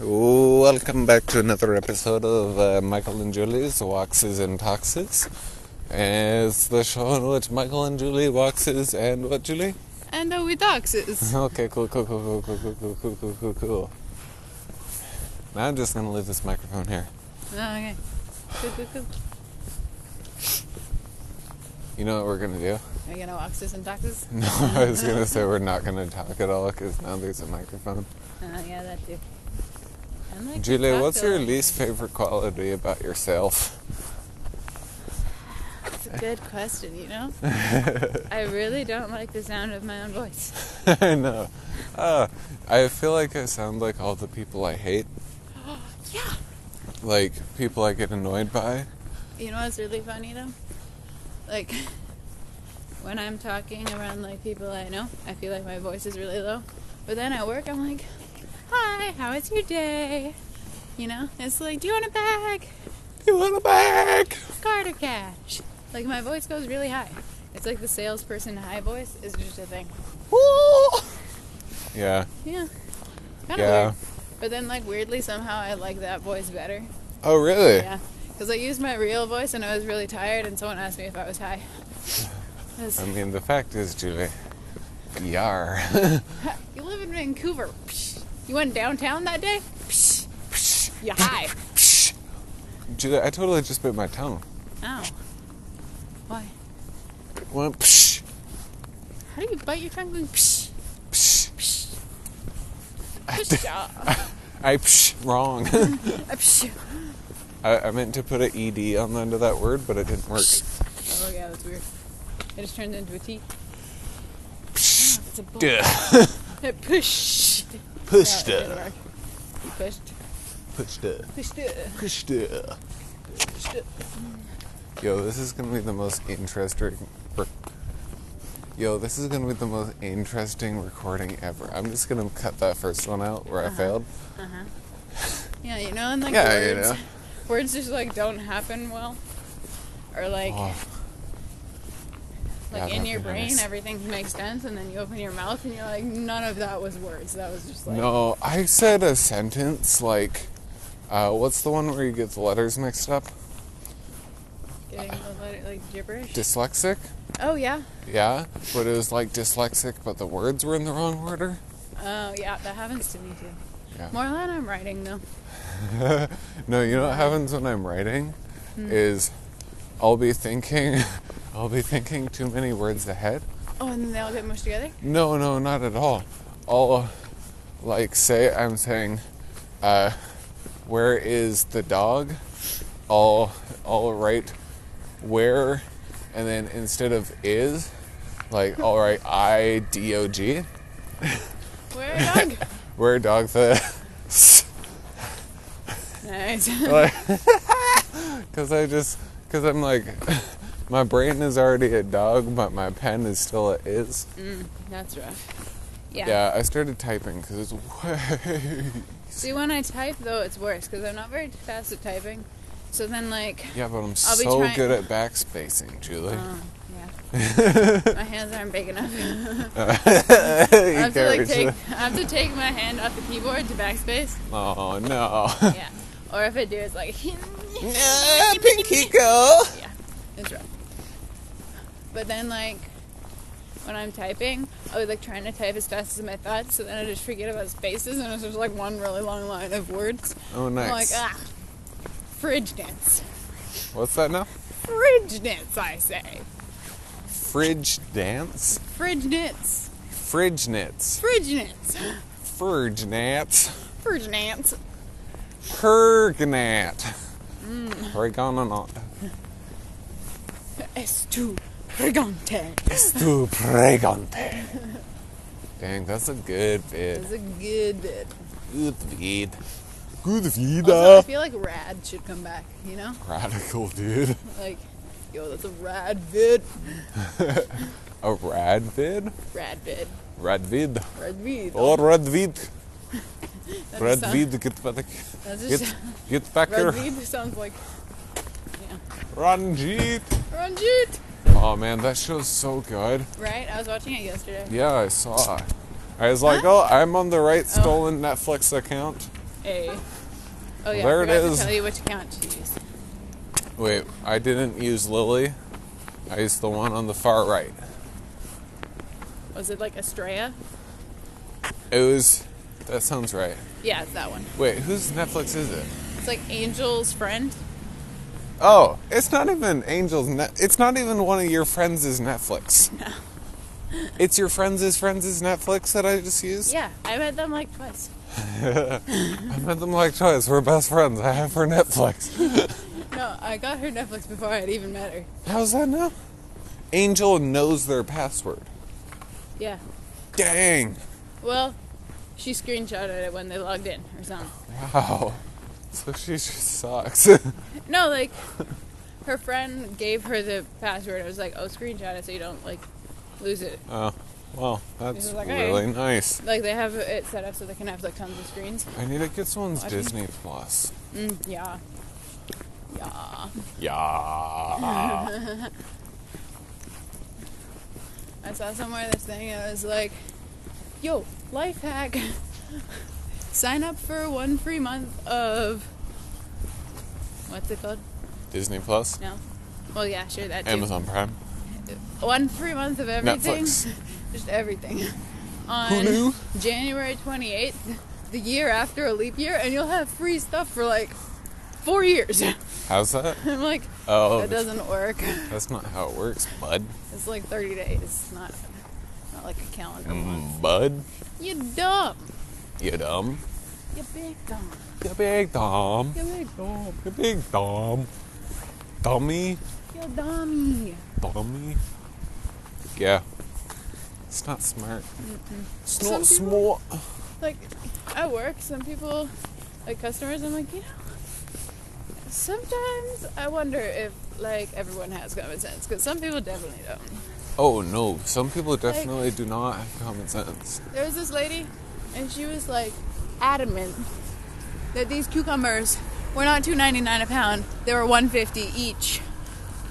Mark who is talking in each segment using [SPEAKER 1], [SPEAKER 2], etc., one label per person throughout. [SPEAKER 1] Welcome back to another episode of uh, Michael and Julie's Waxes and Toxes. It's the show in which Michael and Julie waxes and what, Julie?
[SPEAKER 2] And uh, we doxes.
[SPEAKER 1] Okay, cool, cool, cool, cool, cool, cool, cool, cool, cool, cool, cool. Now I'm just gonna leave this microphone here.
[SPEAKER 2] Oh, okay. Cool, cool, cool.
[SPEAKER 1] You know what we're gonna do?
[SPEAKER 2] Are you gonna wax this and doxes?
[SPEAKER 1] No, I was gonna say we're not gonna talk at all because now there's a microphone.
[SPEAKER 2] Uh, yeah, that too. I'm like,
[SPEAKER 1] Julie,
[SPEAKER 2] talk
[SPEAKER 1] what's
[SPEAKER 2] to
[SPEAKER 1] your
[SPEAKER 2] them.
[SPEAKER 1] least favorite quality about yourself?
[SPEAKER 2] It's a good question, you know? I really don't like the sound of my own voice.
[SPEAKER 1] I know. Uh, I feel like I sound like all the people I hate,
[SPEAKER 2] Yeah.
[SPEAKER 1] like people I get annoyed by.
[SPEAKER 2] You know what's really funny though? Like, when I'm talking around like people I know, I feel like my voice is really low. But then at work, I'm like, hi, how is your day? You know? It's like, do you want a bag?
[SPEAKER 1] You want a bag?
[SPEAKER 2] card or cash. Like my voice goes really high. It's like the salesperson high voice is just a thing.
[SPEAKER 1] Woo! Yeah.
[SPEAKER 2] Yeah. Kind of
[SPEAKER 1] Yeah.
[SPEAKER 2] weird. But then like weirdly somehow I like that voice better.
[SPEAKER 1] Oh, really?
[SPEAKER 2] Yeah. Because I used my real voice and I was really tired and someone asked me if I was high. I was-
[SPEAKER 1] I mean, the fact is, Julie, yar.
[SPEAKER 2] you live in Vancouver. Psh. You went downtown that day? Psh. Psh. You high.
[SPEAKER 1] Julie, I totally just bit my tongue.
[SPEAKER 2] Ow. Why?
[SPEAKER 1] Went psh,
[SPEAKER 2] How do you bite your tongue going psh?
[SPEAKER 1] psh.
[SPEAKER 2] Psh. Psh. ah,
[SPEAKER 1] I psh, wrong.
[SPEAKER 2] psh.
[SPEAKER 1] I, I meant to put an ed on the end of that word, but it didn't work.
[SPEAKER 2] Oh yeah, that's weird. It just turned into a T. Ah,
[SPEAKER 1] Psh,
[SPEAKER 2] It's a bull.
[SPEAKER 1] duh.
[SPEAKER 2] It pushed.
[SPEAKER 1] Pushed
[SPEAKER 2] No, it
[SPEAKER 1] it.
[SPEAKER 2] didn't work. You pushed.
[SPEAKER 1] Pushed it.
[SPEAKER 2] Pushed it.
[SPEAKER 1] Pushed it.
[SPEAKER 2] Pushed it.
[SPEAKER 1] Yo, this is gonna be the most interesting. rec- Yo, this is gonna be the most interesting recording ever. I'm just gonna cut that first one out where I failed.
[SPEAKER 2] Yeah, you know, and Uh-huh. like
[SPEAKER 1] Uh-huh. Yeah, you
[SPEAKER 2] words,
[SPEAKER 1] know.
[SPEAKER 2] words just like don't happen well, or like
[SPEAKER 1] Oh,
[SPEAKER 2] like
[SPEAKER 1] yeah,
[SPEAKER 2] in
[SPEAKER 1] that'd
[SPEAKER 2] your
[SPEAKER 1] be
[SPEAKER 2] brain
[SPEAKER 1] nice.
[SPEAKER 2] everything makes sense, and then you open your mouth and you're like, none of that was words. That was just like
[SPEAKER 1] no, I said a sentence like, uh, what's the one where you get the letters mixed up?
[SPEAKER 2] getting the letter, like gibberish.
[SPEAKER 1] Dyslexic?
[SPEAKER 2] oh yeah.
[SPEAKER 1] Yeah, but it was like dyslexic, but the words were in the wrong order.
[SPEAKER 2] Oh yeah, that happens to me too.
[SPEAKER 1] Yeah.
[SPEAKER 2] More than I'm writing though.
[SPEAKER 1] No, you know what happens when I'm writing
[SPEAKER 2] Hmm.
[SPEAKER 1] is I'll be thinking, I'll be thinking too many words ahead.
[SPEAKER 2] Oh, and then they all get mushed together.
[SPEAKER 1] No, no, not at all. I'll like say I'm saying, uh, where is the dog? I'll I'll write where, and then instead of is, like I'll write I D O G.
[SPEAKER 2] Where a dog?
[SPEAKER 1] Where dog the?
[SPEAKER 2] nice.
[SPEAKER 1] Because I just because I'm like, my brain is already a dog, but my pen is still a is.
[SPEAKER 2] That's rough.
[SPEAKER 1] Yeah, I started typing because it's way.
[SPEAKER 2] See, when I type though, it's worse because I'm not very fast at typing. So then, like,
[SPEAKER 1] Yeah, but I'm
[SPEAKER 2] I'll be
[SPEAKER 1] so
[SPEAKER 2] trying-
[SPEAKER 1] good at backspacing, Julie.
[SPEAKER 2] oh, yeah, my hands aren't big enough. I have to like
[SPEAKER 1] Encourage
[SPEAKER 2] take,
[SPEAKER 1] it.
[SPEAKER 2] I have to take my hand off the keyboard to backspace.
[SPEAKER 1] Oh no.
[SPEAKER 2] Yeah, or if I do, it's like,
[SPEAKER 1] no, Pinky girl.
[SPEAKER 2] yeah, it's rough. But then, like, when I'm typing, I was like trying to type as fast as my thoughts, so then I just forget about spaces, and it's just like one really long line of words.
[SPEAKER 1] Oh
[SPEAKER 2] I'm like,
[SPEAKER 1] nice.
[SPEAKER 2] ah, fridge dance.
[SPEAKER 1] What's that now?
[SPEAKER 2] Fridge knits, I say.
[SPEAKER 1] Fridge dance.
[SPEAKER 2] Fridge knits.
[SPEAKER 1] Fridge knits.
[SPEAKER 2] Fridge knits.
[SPEAKER 1] Fridge gnats.
[SPEAKER 2] Fridge knits.
[SPEAKER 1] Hergnat.
[SPEAKER 2] Mm.
[SPEAKER 1] Pregonant.
[SPEAKER 2] Estu pregante.
[SPEAKER 1] Estu pregante. Dang, that's a good vid.
[SPEAKER 2] That's a good bit.
[SPEAKER 1] Good vid. Good
[SPEAKER 2] Also, I
[SPEAKER 1] vida.
[SPEAKER 2] feel like rad should come back, you know?
[SPEAKER 1] Radical dude.
[SPEAKER 2] Like, yo, that's a rad vid.
[SPEAKER 1] A rad vid?
[SPEAKER 2] Rad vid.
[SPEAKER 1] Rad vid.
[SPEAKER 2] Rad vid.
[SPEAKER 1] Oh, Red Weed.
[SPEAKER 2] That
[SPEAKER 1] Red
[SPEAKER 2] sound-
[SPEAKER 1] Weed, get back.
[SPEAKER 2] That's
[SPEAKER 1] Get,
[SPEAKER 2] just,
[SPEAKER 1] get back here.
[SPEAKER 2] rad vid sounds like, yeah.
[SPEAKER 1] Ranjit.
[SPEAKER 2] Ranjit!
[SPEAKER 1] Oh man, that show's so good.
[SPEAKER 2] Right? I was watching it yesterday.
[SPEAKER 1] Yeah, I saw. I was like, oh, I'm on the right stolen Netflix account.
[SPEAKER 2] a. Oh yeah,
[SPEAKER 1] There
[SPEAKER 2] I
[SPEAKER 1] it
[SPEAKER 2] forgot
[SPEAKER 1] is.
[SPEAKER 2] to tell you which account to use.
[SPEAKER 1] Wait, I didn't use Lily. I used the one on the far right.
[SPEAKER 2] Was it like Estrella?
[SPEAKER 1] It was. That sounds right.
[SPEAKER 2] Yeah, it's that one.
[SPEAKER 1] Wait, whose Netflix is it?
[SPEAKER 2] It's like Angel's friend.
[SPEAKER 1] Oh, it's not even Angel's net. It's not even one of your friends' Netflix. it's your friends' friends' Netflix that I just used.
[SPEAKER 2] Yeah, I met them like twice.
[SPEAKER 1] I met them like twice. We're best friends. I have her Netflix.
[SPEAKER 2] No, I got her Netflix before I'd even met her.
[SPEAKER 1] How's that now? Angel knows their password.
[SPEAKER 2] Yeah.
[SPEAKER 1] Dang!
[SPEAKER 2] Well, she screenshotted it when they logged in or something.
[SPEAKER 1] Wow. So she just sucks.
[SPEAKER 2] No, like her friend gave her the password. I was like, oh, screenshot it so you don't like lose it.
[SPEAKER 1] oh, well, that's
[SPEAKER 2] She's like, "Hey."
[SPEAKER 1] really nice.
[SPEAKER 2] Like they have it set up so they can have like tons of screens.
[SPEAKER 1] I need to get someone's
[SPEAKER 2] Watching.
[SPEAKER 1] Disney Plus.
[SPEAKER 2] Mm, yeah. Yeah.
[SPEAKER 1] Yeah.
[SPEAKER 2] I saw somewhere this thing and it was like, yo, life hack. Sign up for one free month of what's it called?
[SPEAKER 1] Disney Plus.
[SPEAKER 2] No. Well, yeah, sure that too.
[SPEAKER 1] Amazon Prime.
[SPEAKER 2] One free month of everything.
[SPEAKER 1] Netflix.
[SPEAKER 2] Just everything. On
[SPEAKER 1] Hulu.
[SPEAKER 2] January 28th, the year after a leap year, and you'll have free stuff for like four years.
[SPEAKER 1] How's that?
[SPEAKER 2] I'm like,
[SPEAKER 1] Oh,
[SPEAKER 2] that doesn't work.
[SPEAKER 1] that's not how it works, bud.
[SPEAKER 2] It's like 30 days. It's not, not like a calendar month.
[SPEAKER 1] Mm, bud,
[SPEAKER 2] You dumb.
[SPEAKER 1] you dumb.
[SPEAKER 2] You big dumb.
[SPEAKER 1] You big dumb.
[SPEAKER 2] You big dumb.
[SPEAKER 1] You big dumb. Dummy.
[SPEAKER 2] You dummy.
[SPEAKER 1] Dummy. Yeah. It's not smart. It's
[SPEAKER 2] Some
[SPEAKER 1] not
[SPEAKER 2] people-
[SPEAKER 1] smart.
[SPEAKER 2] Like, at work, some people, like customers, I'm like, you know, sometimes I wonder if, like, everyone has common sense, because some people definitely don't.
[SPEAKER 1] Oh no, some people definitely do not have common sense.
[SPEAKER 2] There was this lady, and she was like adamant that these cucumbers were not two ninety nine a pound; they were one fifty each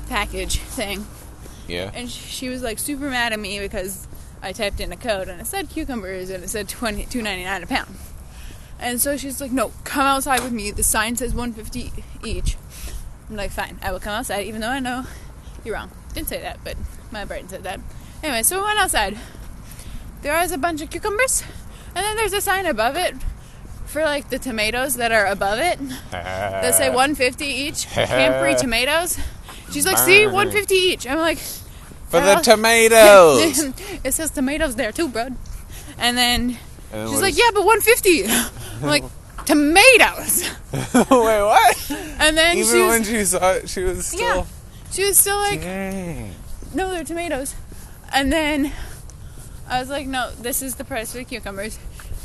[SPEAKER 2] package thing.
[SPEAKER 1] Yeah.
[SPEAKER 2] And sh- she was like super mad at me because I typed in a code and it said cucumbers and it said 20, 2.99 a pound. And so she's like, "No, come outside with me. The sign says 150 each." I'm like, "Fine, I will come outside, even though I know you're wrong." Didn't say that, but my brain said that. Anyway, so we went outside. There is a bunch of cucumbers, and then there's a sign above it for like the tomatoes that are above it that
[SPEAKER 1] Uh,
[SPEAKER 2] say 150 each. Camp-free tomatoes. She's like, "See,
[SPEAKER 1] Burn.
[SPEAKER 2] 150 each." I'm like,
[SPEAKER 1] For the
[SPEAKER 2] Well-
[SPEAKER 1] tomatoes.
[SPEAKER 2] it says tomatoes there too, bro. And then
[SPEAKER 1] And
[SPEAKER 2] she's
[SPEAKER 1] what
[SPEAKER 2] like,
[SPEAKER 1] is-
[SPEAKER 2] yeah, but 150. I'm like, tomatoes.
[SPEAKER 1] Wait, what?
[SPEAKER 2] And then
[SPEAKER 1] Even
[SPEAKER 2] she was,
[SPEAKER 1] when she saw it, she was
[SPEAKER 2] yeah,
[SPEAKER 1] still.
[SPEAKER 2] she was still like,
[SPEAKER 1] Dang.
[SPEAKER 2] no, they're tomatoes. And then I was like, no, this is the price for the cucumbers.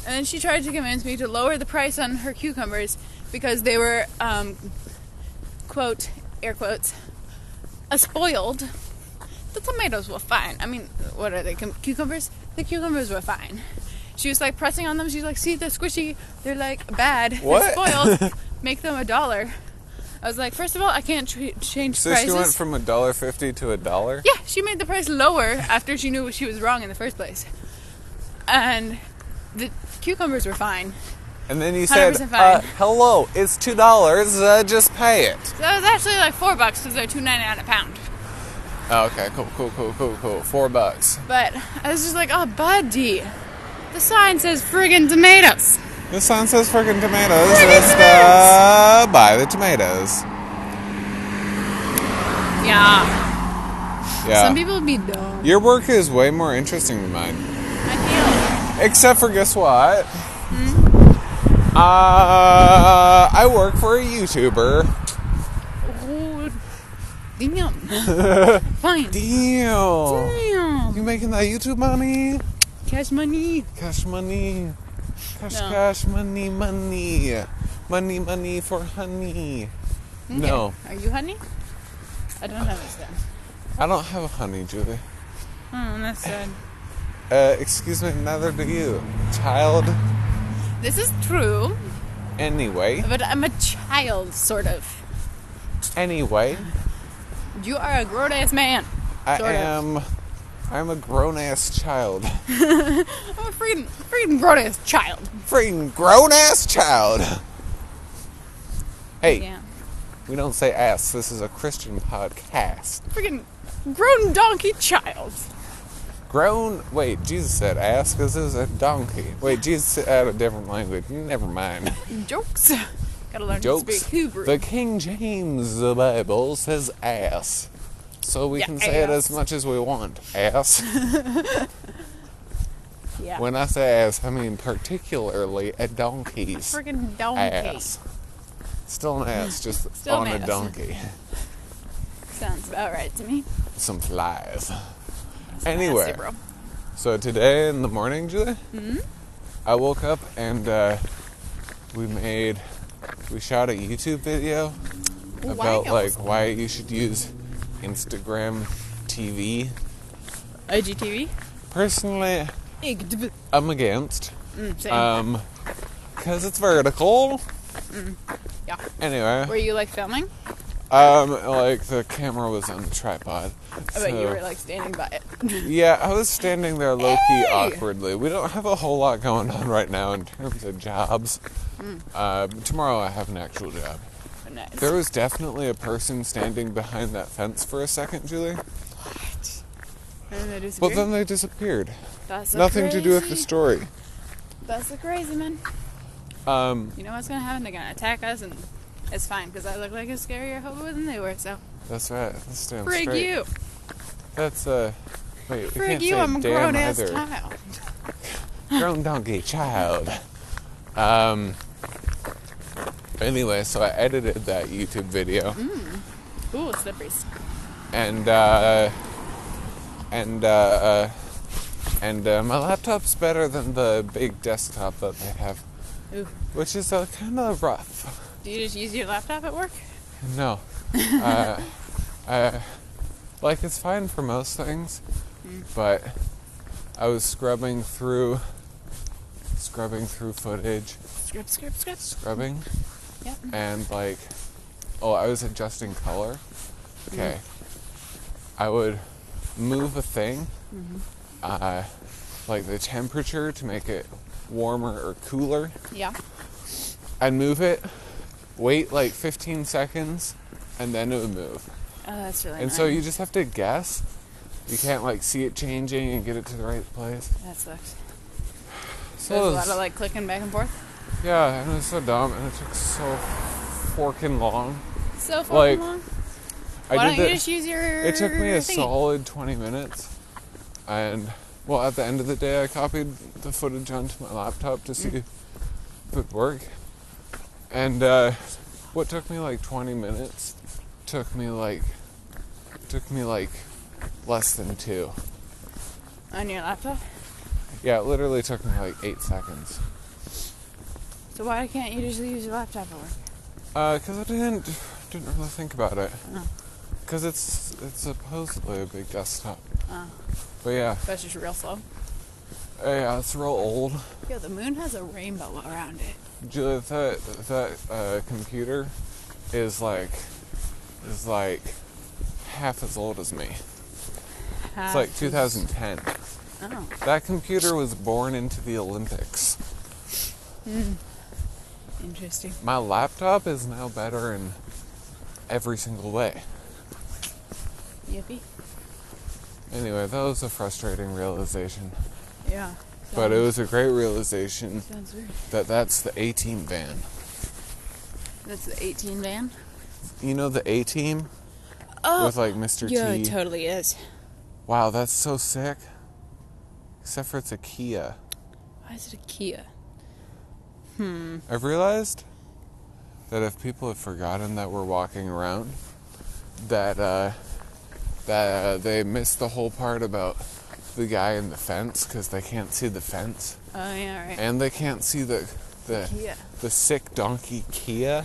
[SPEAKER 2] And then she tried to convince me to lower the price on her cucumbers because they were, um, quote, air quotes, a spoiled. The tomatoes were fine. I mean, what are they? cum- Cucumbers? The cucumbers were fine. She was like pressing on them. She's like, see, they're squishy. They're like bad.
[SPEAKER 1] What?
[SPEAKER 2] They're spoiled. Make them a dollar. I was like, first of all, I can't tr- change
[SPEAKER 1] So she
[SPEAKER 2] prices.
[SPEAKER 1] went from a dollar fifty to a dollar.
[SPEAKER 2] Yeah, she made the price lower after she knew she was wrong in the first place. And the cucumbers were fine.
[SPEAKER 1] And then you said,
[SPEAKER 2] 100%
[SPEAKER 1] uh,
[SPEAKER 2] fine.
[SPEAKER 1] "Hello, it's two dollars. Uh, just pay it."
[SPEAKER 2] So that was actually like four bucks because they're two ninety nine a pound.
[SPEAKER 1] Oh, okay, cool, cool, cool, cool, cool. Four bucks.
[SPEAKER 2] But I was just like, oh, buddy, the sign says friggin' tomatoes.
[SPEAKER 1] This one says freaking tomatoes.
[SPEAKER 2] Frickin'
[SPEAKER 1] Let's uh, buy the tomatoes.
[SPEAKER 2] Yeah.
[SPEAKER 1] Yeah.
[SPEAKER 2] Some people be dumb.
[SPEAKER 1] Your work is way more interesting than mine.
[SPEAKER 2] I
[SPEAKER 1] Except for guess what?
[SPEAKER 2] Hmm?
[SPEAKER 1] Uh, I work for a YouTuber.
[SPEAKER 2] feel. Oh, damn. Fine.
[SPEAKER 1] Damn. You
[SPEAKER 2] Damn.
[SPEAKER 1] making that YouTube money?
[SPEAKER 2] Cash money.
[SPEAKER 1] Cash money. Cash,
[SPEAKER 2] No.
[SPEAKER 1] cash, money, money. Money, money for honey. No,
[SPEAKER 2] Are you honey? I don't have this then.
[SPEAKER 1] I don't have honey, Julie.
[SPEAKER 2] Oh, that's sad.
[SPEAKER 1] Uh, excuse me, neither do you. Child,
[SPEAKER 2] This is true,
[SPEAKER 1] anyway.
[SPEAKER 2] but I'm a child, sort of.
[SPEAKER 1] Anyway,
[SPEAKER 2] You are a grown ass man.
[SPEAKER 1] I
[SPEAKER 2] Sort of.
[SPEAKER 1] am I'm a grown ass child.
[SPEAKER 2] I'm a freaking, freaking grown ass child.
[SPEAKER 1] Freaking grown ass child. Hey,
[SPEAKER 2] Yeah.
[SPEAKER 1] we don't say ass. This is a Christian podcast.
[SPEAKER 2] Freaking grown donkey child.
[SPEAKER 1] Grown. Wait, Jesus said ass because this is a donkey. Wait, Jesus said out a different language. Never mind.
[SPEAKER 2] Jokes. Gotta learn to
[SPEAKER 1] Jokes.
[SPEAKER 2] speak Hebrew.
[SPEAKER 1] The King James Bible says ass. So we
[SPEAKER 2] Yeah,
[SPEAKER 1] can say it
[SPEAKER 2] ass.
[SPEAKER 1] as much as we want. Ass.
[SPEAKER 2] yeah.
[SPEAKER 1] when I say ass, I mean particularly a donkey's
[SPEAKER 2] freaking donkey.
[SPEAKER 1] ass. Still an ass, just
[SPEAKER 2] Still
[SPEAKER 1] on
[SPEAKER 2] an
[SPEAKER 1] a
[SPEAKER 2] ass.
[SPEAKER 1] donkey.
[SPEAKER 2] Sounds about right to me.
[SPEAKER 1] Some flies.
[SPEAKER 2] That's
[SPEAKER 1] Anyway.
[SPEAKER 2] nasty, bro. Mm-hmm.
[SPEAKER 1] So today in the morning, Julie, I woke up and uh, we made, we shot a YouTube video about
[SPEAKER 2] Wow.
[SPEAKER 1] like why you should use Instagram TV.
[SPEAKER 2] IGTV.
[SPEAKER 1] Personally,
[SPEAKER 2] Igdb.
[SPEAKER 1] I'm against,
[SPEAKER 2] Mm, same.
[SPEAKER 1] um, because it's vertical.
[SPEAKER 2] yeah. Were
[SPEAKER 1] Anyway,
[SPEAKER 2] you like filming?
[SPEAKER 1] um, like the camera was on the tripod.
[SPEAKER 2] I bet you
[SPEAKER 1] so-
[SPEAKER 2] were like standing by it.
[SPEAKER 1] Yeah, I was standing there low key
[SPEAKER 2] Hey!
[SPEAKER 1] awkwardly. We don't have a whole lot going on right now in terms of jobs.
[SPEAKER 2] Hmm.
[SPEAKER 1] Um, tomorrow I have an actual job.
[SPEAKER 2] nice.
[SPEAKER 1] There was definitely a person standing behind that fence for a second, Julie,
[SPEAKER 2] And they
[SPEAKER 1] but
[SPEAKER 2] disagree?
[SPEAKER 1] then they disappeared.
[SPEAKER 2] That's so
[SPEAKER 1] Nothing to do with the
[SPEAKER 2] crazy.
[SPEAKER 1] story.
[SPEAKER 2] That's the crazy man.
[SPEAKER 1] Um,
[SPEAKER 2] You know what's gonna happen? They're gonna attack us, and it's fine because I look like a scarier hobo than they were. So
[SPEAKER 1] that's right. That's damn
[SPEAKER 2] frig
[SPEAKER 1] straight.
[SPEAKER 2] you,
[SPEAKER 1] That's uh, wait, we
[SPEAKER 2] frig
[SPEAKER 1] can't
[SPEAKER 2] you.
[SPEAKER 1] say
[SPEAKER 2] I'm a
[SPEAKER 1] damn
[SPEAKER 2] grown ass
[SPEAKER 1] either.
[SPEAKER 2] child.
[SPEAKER 1] grown donkey child. Um. Anyway, so I edited that YouTube video.
[SPEAKER 2] Ooh, slippers.
[SPEAKER 1] and uh, and uh, uh, and uh, my laptop's better than the big desktop that they have,
[SPEAKER 2] Ooh.
[SPEAKER 1] which is uh, kind of rough.
[SPEAKER 2] Do you just use your laptop at work?
[SPEAKER 1] No, uh, uh, like it's fine for most things, but I was scrubbing through, scrubbing through footage,
[SPEAKER 2] Script, script, script.
[SPEAKER 1] scrubbing,
[SPEAKER 2] Yep.
[SPEAKER 1] and like oh i was adjusting color okay
[SPEAKER 2] Mm-hmm.
[SPEAKER 1] i would move a thing uh, like the temperature to make it warmer or cooler
[SPEAKER 2] Yeah. Oh,
[SPEAKER 1] i'd move it wait like 15 seconds and then it would move
[SPEAKER 2] Oh, that's really.
[SPEAKER 1] and so
[SPEAKER 2] annoying.
[SPEAKER 1] you just have to guess you can't like see it changing and get it to the right place
[SPEAKER 2] That sucks. So
[SPEAKER 1] so
[SPEAKER 2] there's
[SPEAKER 1] it
[SPEAKER 2] a lot
[SPEAKER 1] was-
[SPEAKER 2] of like clicking back and forth.
[SPEAKER 1] yeah and it was so dumb and it took so forking long
[SPEAKER 2] So far
[SPEAKER 1] Like,
[SPEAKER 2] along.
[SPEAKER 1] I
[SPEAKER 2] Why
[SPEAKER 1] did
[SPEAKER 2] don't
[SPEAKER 1] the-
[SPEAKER 2] you just use your?
[SPEAKER 1] It took me a
[SPEAKER 2] thingy?
[SPEAKER 1] solid 20 minutes. And, well, at the end of the day, I copied the footage onto my laptop to see if it worked. And uh, what took me like 20 minutes took me like took me like less than two.
[SPEAKER 2] on your laptop.
[SPEAKER 1] Yeah, it literally took me like eight seconds.
[SPEAKER 2] So why can't you just use your laptop at work?
[SPEAKER 1] Because Uh, I didn't didn't really think about it. Because it's it's supposedly a big desktop.
[SPEAKER 2] Oh.
[SPEAKER 1] But yeah,
[SPEAKER 2] That's just real slow.
[SPEAKER 1] yeah, it's real old.
[SPEAKER 2] Yo, the moon has a rainbow around it.
[SPEAKER 1] Julia, that that uh, computer is like is like half as old as me.
[SPEAKER 2] Ah.
[SPEAKER 1] It's like 2010.
[SPEAKER 2] Oh.
[SPEAKER 1] That computer was born into the Olympics.
[SPEAKER 2] Interesting.
[SPEAKER 1] My laptop is now better in every single way.
[SPEAKER 2] Yippee.
[SPEAKER 1] Anyway, that was a frustrating realization,
[SPEAKER 2] Yeah.
[SPEAKER 1] but it was a great realization
[SPEAKER 2] Sounds weird.
[SPEAKER 1] that that's the A team van.
[SPEAKER 2] That's the 18 van.
[SPEAKER 1] You know the A team
[SPEAKER 2] Oh.
[SPEAKER 1] with like Mr.
[SPEAKER 2] yeah,
[SPEAKER 1] T.
[SPEAKER 2] it totally is.
[SPEAKER 1] Wow, that's so sick. Except for it's a Kia.
[SPEAKER 2] Why is it a Kia?
[SPEAKER 1] I've realized that if people have forgotten that we're walking around, that uh, that uh, they missed the whole part about the guy in the fence because they can't see the fence
[SPEAKER 2] Oh yeah, right.
[SPEAKER 1] and they can't see the the
[SPEAKER 2] Kia.
[SPEAKER 1] the sick donkey Kia.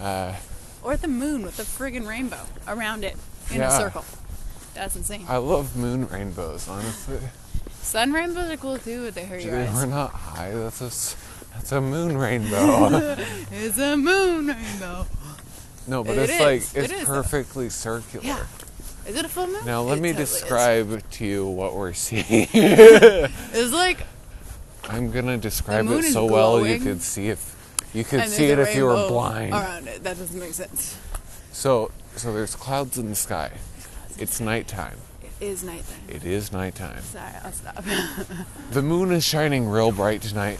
[SPEAKER 1] uh,
[SPEAKER 2] Or the moon with the friggin' rainbow around it in
[SPEAKER 1] Yeah.
[SPEAKER 2] a circle. That's insane.
[SPEAKER 1] I love moon rainbows. Honestly,
[SPEAKER 2] Sun rainbows are cool too, but they hurt your
[SPEAKER 1] Dude, we're
[SPEAKER 2] eyes.
[SPEAKER 1] not high. That's a s- that's a moon rainbow.
[SPEAKER 2] It's a moon rainbow.
[SPEAKER 1] no, but
[SPEAKER 2] It
[SPEAKER 1] it's
[SPEAKER 2] is.
[SPEAKER 1] like
[SPEAKER 2] It
[SPEAKER 1] it's
[SPEAKER 2] is, though.
[SPEAKER 1] perfectly circular.
[SPEAKER 2] Yeah. Is it a full moon?
[SPEAKER 1] Now let
[SPEAKER 2] It
[SPEAKER 1] me
[SPEAKER 2] totally is.
[SPEAKER 1] describe to you what we're seeing.
[SPEAKER 2] It's like
[SPEAKER 1] I'm gonna describe
[SPEAKER 2] moon
[SPEAKER 1] it
[SPEAKER 2] is
[SPEAKER 1] so well you
[SPEAKER 2] glowing.
[SPEAKER 1] could see if you could
[SPEAKER 2] and
[SPEAKER 1] see it
[SPEAKER 2] there's a
[SPEAKER 1] if you were
[SPEAKER 2] rainbow
[SPEAKER 1] blind.
[SPEAKER 2] Around it. That doesn't make sense.
[SPEAKER 1] So so there's clouds in the sky. It's nighttime.
[SPEAKER 2] It is nighttime.
[SPEAKER 1] It is nighttime.
[SPEAKER 2] Sorry, I'll stop.
[SPEAKER 1] The moon is shining real bright tonight.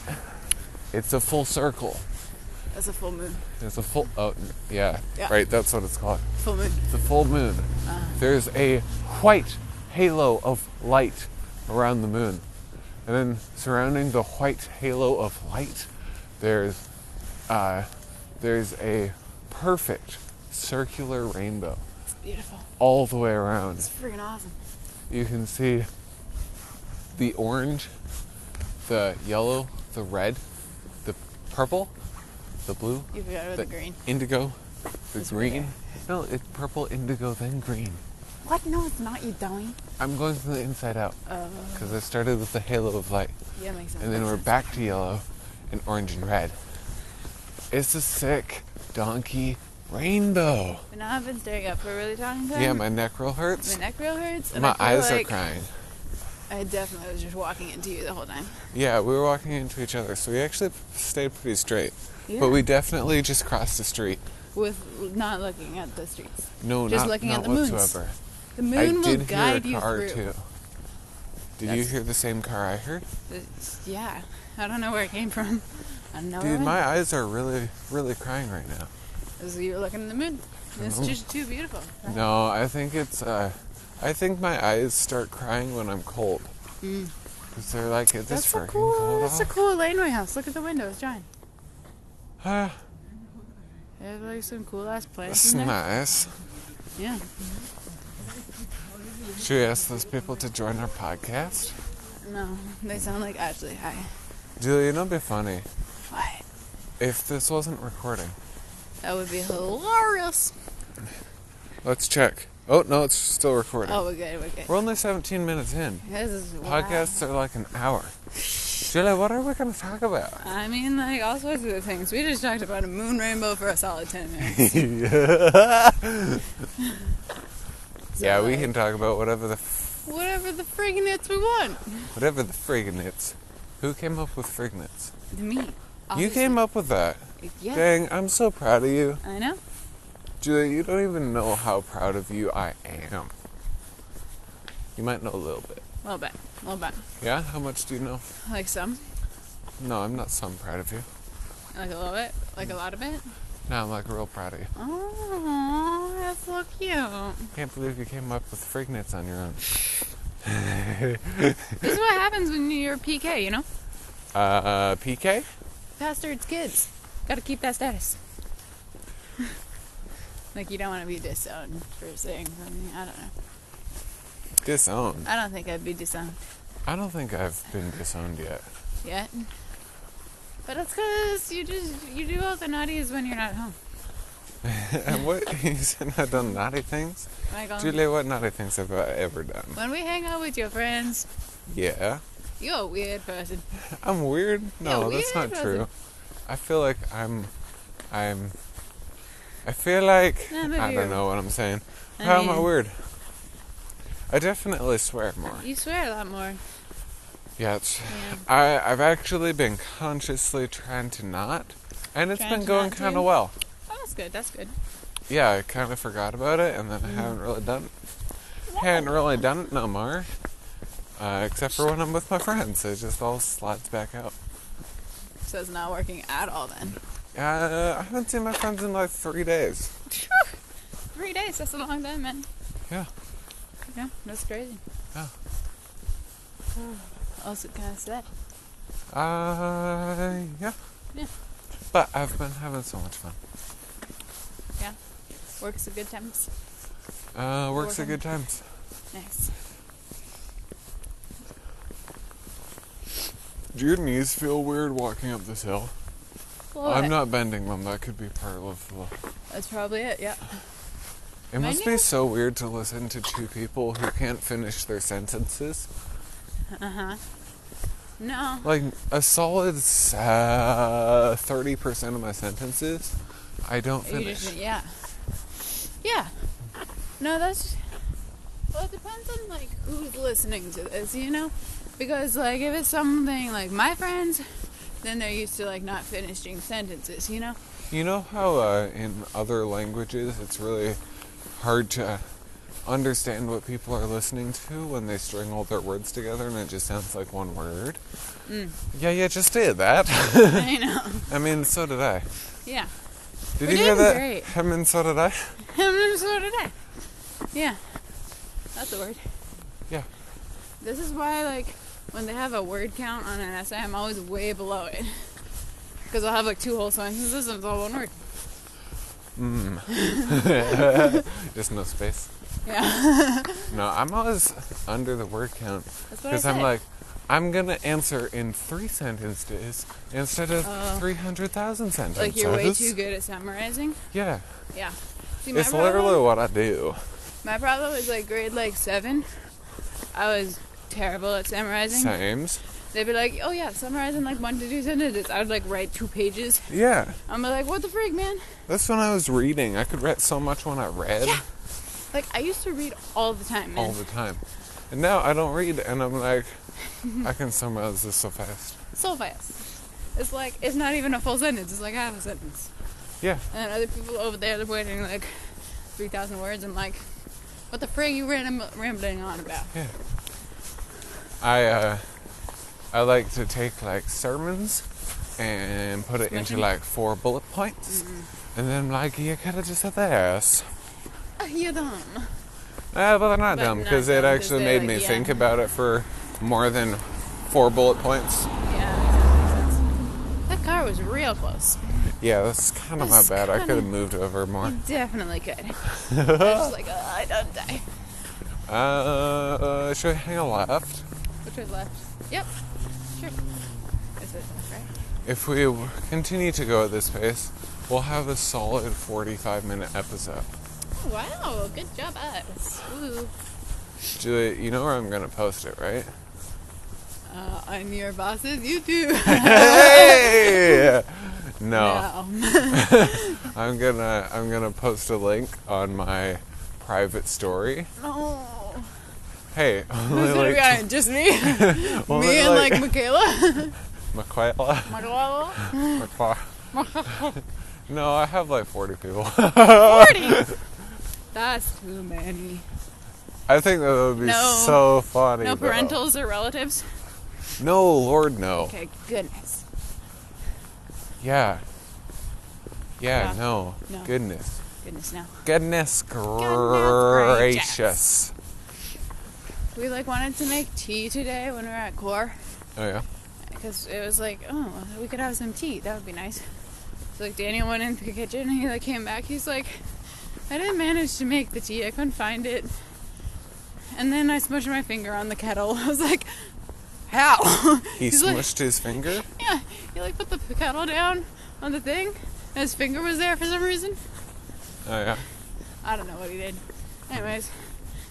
[SPEAKER 1] It's a full circle.
[SPEAKER 2] That's a full moon.
[SPEAKER 1] It's a full. Oh, yeah,
[SPEAKER 2] Yeah.
[SPEAKER 1] Right. That's what it's called.
[SPEAKER 2] Full moon.
[SPEAKER 1] It's a full moon.
[SPEAKER 2] Uh-huh.
[SPEAKER 1] There's a white halo of light around the moon, and then surrounding the white halo of light, there's uh, there's a perfect circular rainbow
[SPEAKER 2] It's beautiful.
[SPEAKER 1] all the way around.
[SPEAKER 2] It's freaking awesome.
[SPEAKER 1] You can see the orange, the yellow, the red, the purple, the blue,
[SPEAKER 2] You forgot about the, green.
[SPEAKER 1] indigo, the
[SPEAKER 2] It's
[SPEAKER 1] green.
[SPEAKER 2] okay.
[SPEAKER 1] No, it's purple, indigo, then green.
[SPEAKER 2] What? No, it's not. You dummy.
[SPEAKER 1] I'm going from the inside out
[SPEAKER 2] Uh,
[SPEAKER 1] because I started with the halo of light,
[SPEAKER 2] yeah, makes sense.
[SPEAKER 1] and then we're back to yellow, and orange and red. It's a sick donkey rainbow.
[SPEAKER 2] But now I've been staring up for a really long time.
[SPEAKER 1] Yeah, my neck real
[SPEAKER 2] My
[SPEAKER 1] hurts.
[SPEAKER 2] neck real hurts. And
[SPEAKER 1] My
[SPEAKER 2] I feel
[SPEAKER 1] eyes
[SPEAKER 2] like
[SPEAKER 1] are crying.
[SPEAKER 2] I definitely was just walking into you the whole time.
[SPEAKER 1] Yeah, we were walking into each other, so we actually stayed pretty straight.
[SPEAKER 2] Yeah.
[SPEAKER 1] But we definitely just crossed the street.
[SPEAKER 2] With not looking at the streets.
[SPEAKER 1] No,
[SPEAKER 2] Just
[SPEAKER 1] not,
[SPEAKER 2] looking
[SPEAKER 1] not
[SPEAKER 2] at the moons.
[SPEAKER 1] whatsoever.
[SPEAKER 2] The moon
[SPEAKER 1] I
[SPEAKER 2] will
[SPEAKER 1] did
[SPEAKER 2] guide
[SPEAKER 1] hear
[SPEAKER 2] you
[SPEAKER 1] a car
[SPEAKER 2] through.
[SPEAKER 1] too. Did you
[SPEAKER 2] That's-
[SPEAKER 1] hear the same car I heard?
[SPEAKER 2] It's- yeah. I don't know where it came from. I don't know where
[SPEAKER 1] Dude,
[SPEAKER 2] it
[SPEAKER 1] my eyes are really, really crying right now.
[SPEAKER 2] went. So you're looking at the moon. It's
[SPEAKER 1] know.
[SPEAKER 2] just too beautiful.
[SPEAKER 1] No, I think it's. Uh, I think my eyes start crying when I'm cold.
[SPEAKER 2] Mm.
[SPEAKER 1] Cause they're like, "Is this
[SPEAKER 2] That's a
[SPEAKER 1] freaking
[SPEAKER 2] cool.
[SPEAKER 1] cold?"
[SPEAKER 2] That's a
[SPEAKER 1] out?"
[SPEAKER 2] cool laneway house. Look at the window. It's giant.
[SPEAKER 1] Ah,
[SPEAKER 2] They have like some cool ass plants
[SPEAKER 1] this is
[SPEAKER 2] in there.
[SPEAKER 1] nice.
[SPEAKER 2] Yeah.
[SPEAKER 1] Should we ask those people to join our podcast?
[SPEAKER 2] No, they sound like Ashley. Hi.
[SPEAKER 1] Julian, it'll be funny
[SPEAKER 2] What?
[SPEAKER 1] if this wasn't recording.
[SPEAKER 2] That would be hilarious.
[SPEAKER 1] Let's check. Oh no, it's still recording.
[SPEAKER 2] Oh, we're good. We're good.
[SPEAKER 1] We're only 17 minutes in.
[SPEAKER 2] This is wow.
[SPEAKER 1] Podcasts are like an hour. Julia, what are we gonna talk about?
[SPEAKER 2] I mean, like all sorts of things. We just talked about a moon rainbow for a solid ten minutes.
[SPEAKER 1] yeah,
[SPEAKER 2] So,
[SPEAKER 1] we
[SPEAKER 2] like,
[SPEAKER 1] can talk about whatever the f-
[SPEAKER 2] Whatever the friggin' it's we want.
[SPEAKER 1] whatever the frignets. Who came up with frignets?
[SPEAKER 2] Me.
[SPEAKER 1] You came up with that.
[SPEAKER 2] Yeah.
[SPEAKER 1] Dang, I'm so proud of you.
[SPEAKER 2] I know.
[SPEAKER 1] Julia, you don't even know how proud of you I am. You might know a little bit.
[SPEAKER 2] A little bit. A little bit.
[SPEAKER 1] Yeah? How much do you know?
[SPEAKER 2] Like some.
[SPEAKER 1] No, I'm not some proud of you.
[SPEAKER 2] Like a little bit. Like a lot of it.
[SPEAKER 1] No, I'm like real proud of you.
[SPEAKER 2] Oh, that's so cute.
[SPEAKER 1] Can't believe you came up with frignets on your own.
[SPEAKER 2] This is what happens when you're PK, you know?
[SPEAKER 1] Uh, PK?
[SPEAKER 2] Bastards, kids. Gotta keep that status. like, you don't want to be disowned for saying something. I don't know.
[SPEAKER 1] Disowned.
[SPEAKER 2] I don't think I'd be disowned
[SPEAKER 1] I don't think I've been disowned yet.
[SPEAKER 2] yet. But that's because you just, you do all the naughties when you're not home.
[SPEAKER 1] And what? You said I've done naughty things?
[SPEAKER 2] Like, um,
[SPEAKER 1] Julia, what naughty things have I ever done?
[SPEAKER 2] when we hang out with your friends,
[SPEAKER 1] Yeah.
[SPEAKER 2] you're a weird person.
[SPEAKER 1] I'm weird. No,
[SPEAKER 2] Yeah,
[SPEAKER 1] that's not
[SPEAKER 2] weird
[SPEAKER 1] true.
[SPEAKER 2] wasn't-
[SPEAKER 1] I feel like I'm, I'm. I feel like
[SPEAKER 2] Yeah, maybe
[SPEAKER 1] I
[SPEAKER 2] you're-
[SPEAKER 1] don't know what I'm saying.
[SPEAKER 2] I
[SPEAKER 1] How am I
[SPEAKER 2] mean-
[SPEAKER 1] weird? I definitely swear more.
[SPEAKER 2] You swear a lot more.
[SPEAKER 1] Yeah, it's,
[SPEAKER 2] Yeah.
[SPEAKER 1] I I've actually been consciously trying to not, and it's
[SPEAKER 2] Trying
[SPEAKER 1] been
[SPEAKER 2] to
[SPEAKER 1] going
[SPEAKER 2] not
[SPEAKER 1] kind
[SPEAKER 2] to?
[SPEAKER 1] of well.
[SPEAKER 2] Oh, that's good. That's good.
[SPEAKER 1] Yeah, I kind of forgot about it, and then I haven't
[SPEAKER 2] Mm.
[SPEAKER 1] really done. It. Haven't really done it no more, uh, except for when I'm with my friends. It just all slides back out.
[SPEAKER 2] So it's not working at all then.
[SPEAKER 1] Uh, I haven't seen my friends in like three days.
[SPEAKER 2] Three days, that's a long time, man.
[SPEAKER 1] Yeah.
[SPEAKER 2] Yeah, that's crazy.
[SPEAKER 1] Yeah.
[SPEAKER 2] Also kind of sad.
[SPEAKER 1] Uh, yeah.
[SPEAKER 2] Yeah.
[SPEAKER 1] But I've been having so much fun.
[SPEAKER 2] Works a good times.
[SPEAKER 1] Uh, works at
[SPEAKER 2] Working.
[SPEAKER 1] good times.
[SPEAKER 2] Nice.
[SPEAKER 1] Do your knees feel weird walking up this hill?
[SPEAKER 2] Well,
[SPEAKER 1] I'm not bending them. That could be part of the.
[SPEAKER 2] That's probably it. Yeah.
[SPEAKER 1] It
[SPEAKER 2] My
[SPEAKER 1] must be
[SPEAKER 2] knees-
[SPEAKER 1] so weird to listen to two people who can't finish their sentences.
[SPEAKER 2] Uh huh. No.
[SPEAKER 1] Like a solid uh, thirty percent of my sentences, I don't
[SPEAKER 2] You
[SPEAKER 1] finish.
[SPEAKER 2] just, yeah. Yeah. No, that's Well, it depends on like who's listening to this, you know, because like if it's something like my friends, then they're used to like not finishing sentences, you know.
[SPEAKER 1] You know how uh, in other languages it's really hard to understand what people are listening to when they string all their words together and it just sounds like one word?
[SPEAKER 2] Mm.
[SPEAKER 1] Yeah, yeah, just did that.
[SPEAKER 2] I know.
[SPEAKER 1] I mean, so did I.
[SPEAKER 2] Yeah.
[SPEAKER 1] Did
[SPEAKER 2] We're
[SPEAKER 1] you hear
[SPEAKER 2] doing
[SPEAKER 1] that?
[SPEAKER 2] great.
[SPEAKER 1] I mean, so did I.
[SPEAKER 2] And so did I. Yeah. That's the word.
[SPEAKER 1] Yeah.
[SPEAKER 2] This is why, like, when they have a word count on an essay, I'm always way below it. Because I'll have, like, two whole sentences and it's all one word.
[SPEAKER 1] Mm. just no space.
[SPEAKER 2] Yeah.
[SPEAKER 1] No, I'm always under the word count
[SPEAKER 2] That's what I
[SPEAKER 1] because
[SPEAKER 2] said.
[SPEAKER 1] I'm like, I'm gonna answer in three sentences instead of
[SPEAKER 2] Oh.
[SPEAKER 1] three hundred thousand sentences.
[SPEAKER 2] like, you're way too good at summarizing.
[SPEAKER 1] Yeah,
[SPEAKER 2] Yeah. See, my
[SPEAKER 1] it's
[SPEAKER 2] problem,
[SPEAKER 1] literally what I do.
[SPEAKER 2] my problem is, like, grade, like, seven. I was terrible at summarizing.
[SPEAKER 1] Sames.
[SPEAKER 2] They'd be like, oh, yeah, summarizing, like, one to two sentences. I would, like, write two pages.
[SPEAKER 1] Yeah,
[SPEAKER 2] I'm like, what the frig, man?
[SPEAKER 1] that's when I was reading. I could read so much when I read
[SPEAKER 2] Like, I used to read all the time, man.
[SPEAKER 1] all the time, and now I don't read, and I'm like, I can summarize this so fast.
[SPEAKER 2] so fast. It's like it's not even a full sentence. It's like half a sentence.
[SPEAKER 1] Yeah,
[SPEAKER 2] And then other people over there they're waiting like three thousand words. I'm like, what the frig you ram- rambling on about?
[SPEAKER 1] yeah. I uh, I like to take like sermons and put it into
[SPEAKER 2] Imagine- Mm-hmm.
[SPEAKER 1] like four bullet points, and then like you could have just said this.
[SPEAKER 2] Ah, you dumb.
[SPEAKER 1] Uh, but they're not
[SPEAKER 2] But
[SPEAKER 1] dumb
[SPEAKER 2] not
[SPEAKER 1] because it
[SPEAKER 2] dumb, 'cause
[SPEAKER 1] actually
[SPEAKER 2] they're
[SPEAKER 1] made me
[SPEAKER 2] like, yeah.
[SPEAKER 1] think about it for more than four bullet points.
[SPEAKER 2] Yeah. That car was real close.
[SPEAKER 1] Yeah, that's kind of my
[SPEAKER 2] That's
[SPEAKER 1] bad. I
[SPEAKER 2] kinda-
[SPEAKER 1] could have moved over more.
[SPEAKER 2] You definitely could. I was just like, "Ugh, I don't die.
[SPEAKER 1] Uh, should we hang a left?
[SPEAKER 2] Which was left? Yep. Sure. Is it right?
[SPEAKER 1] If we w- continue to go at this pace, we'll have a solid 45 minute episode.
[SPEAKER 2] Oh, Wow. Good job, us. Woo.
[SPEAKER 1] Julia, you know where I'm going to post it, right?
[SPEAKER 2] Uh, I'm your boss's YouTube.
[SPEAKER 1] Hey! No,
[SPEAKER 2] No.
[SPEAKER 1] Oh. I'm gonna I'm gonna post a link on my private story.
[SPEAKER 2] no.
[SPEAKER 1] Hey, only
[SPEAKER 2] Who's gonna be on it? Just me?
[SPEAKER 1] only
[SPEAKER 2] me and like Michaela?
[SPEAKER 1] Michaela.
[SPEAKER 2] Michaela?
[SPEAKER 1] no, I have like 40 people.
[SPEAKER 2] 40! That's too many.
[SPEAKER 1] I think that would be
[SPEAKER 2] No.
[SPEAKER 1] so funny.
[SPEAKER 2] No
[SPEAKER 1] though.
[SPEAKER 2] parentals or relatives?
[SPEAKER 1] No, Lord, no.
[SPEAKER 2] Okay, goodness.
[SPEAKER 1] Yeah. yeah.
[SPEAKER 2] Yeah.
[SPEAKER 1] no.
[SPEAKER 2] No.
[SPEAKER 1] Goodness.
[SPEAKER 2] Goodness, no.
[SPEAKER 1] Goodness
[SPEAKER 2] gracious.
[SPEAKER 1] gracious.
[SPEAKER 2] We like wanted to make tea today when we were at core.
[SPEAKER 1] Oh, yeah.
[SPEAKER 2] Because it was like, oh, we could have some tea. That would be nice. So like Daniel went into the kitchen and he like came back. He's like, I didn't manage to make the tea. I couldn't find it. And then I smushed my finger on the kettle. I was like, how?
[SPEAKER 1] He
[SPEAKER 2] He's like,
[SPEAKER 1] smushed his finger.
[SPEAKER 2] yeah. He like put the p- kettle down on the thing. And his finger was there for some reason.
[SPEAKER 1] Oh, yeah.
[SPEAKER 2] I don't know what he did. Anyways,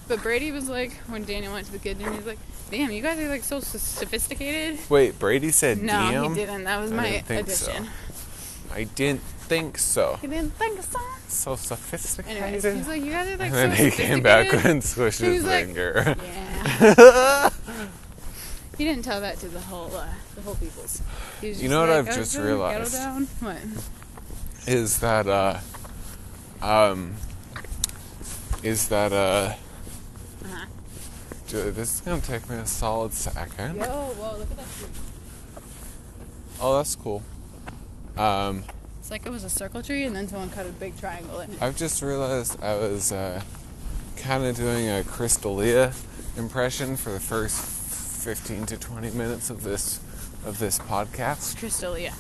[SPEAKER 2] but Brady was like, when Daniel went to the kitchen, he's like, damn, you guys are like so s- sophisticated.
[SPEAKER 1] Wait, Brady said
[SPEAKER 2] No,
[SPEAKER 1] damn?
[SPEAKER 2] he didn't. That was
[SPEAKER 1] I
[SPEAKER 2] my
[SPEAKER 1] didn't think so.
[SPEAKER 2] addition.
[SPEAKER 1] I didn't think so.
[SPEAKER 2] He didn't think so.
[SPEAKER 1] So sophisticated.
[SPEAKER 2] Anyways, he's like, you guys are like
[SPEAKER 1] and
[SPEAKER 2] so
[SPEAKER 1] then he came back
[SPEAKER 2] sophisticated."
[SPEAKER 1] and smushed
[SPEAKER 2] He
[SPEAKER 1] his
[SPEAKER 2] was like-
[SPEAKER 1] finger.
[SPEAKER 2] Yeah. he didn't tell that to the whole uh, the whole peoples. He was
[SPEAKER 1] You know what
[SPEAKER 2] like,
[SPEAKER 1] I've
[SPEAKER 2] "I was
[SPEAKER 1] just
[SPEAKER 2] putting the kettle
[SPEAKER 1] realized?
[SPEAKER 2] down." What?
[SPEAKER 1] is that, uh, um, is that, uh,
[SPEAKER 2] Uh-huh.
[SPEAKER 1] Dude, this is gonna take me a solid second.
[SPEAKER 2] Yo, whoa, look at that. tree.
[SPEAKER 1] Oh, that's cool. Um,
[SPEAKER 2] It's like it was a circle tree, and then someone cut a big triangle in it.
[SPEAKER 1] I've just realized I was uh, kind of doing a Crystalia impression for the first 15 to 20 minutes of this of this podcast.
[SPEAKER 2] Tristalia.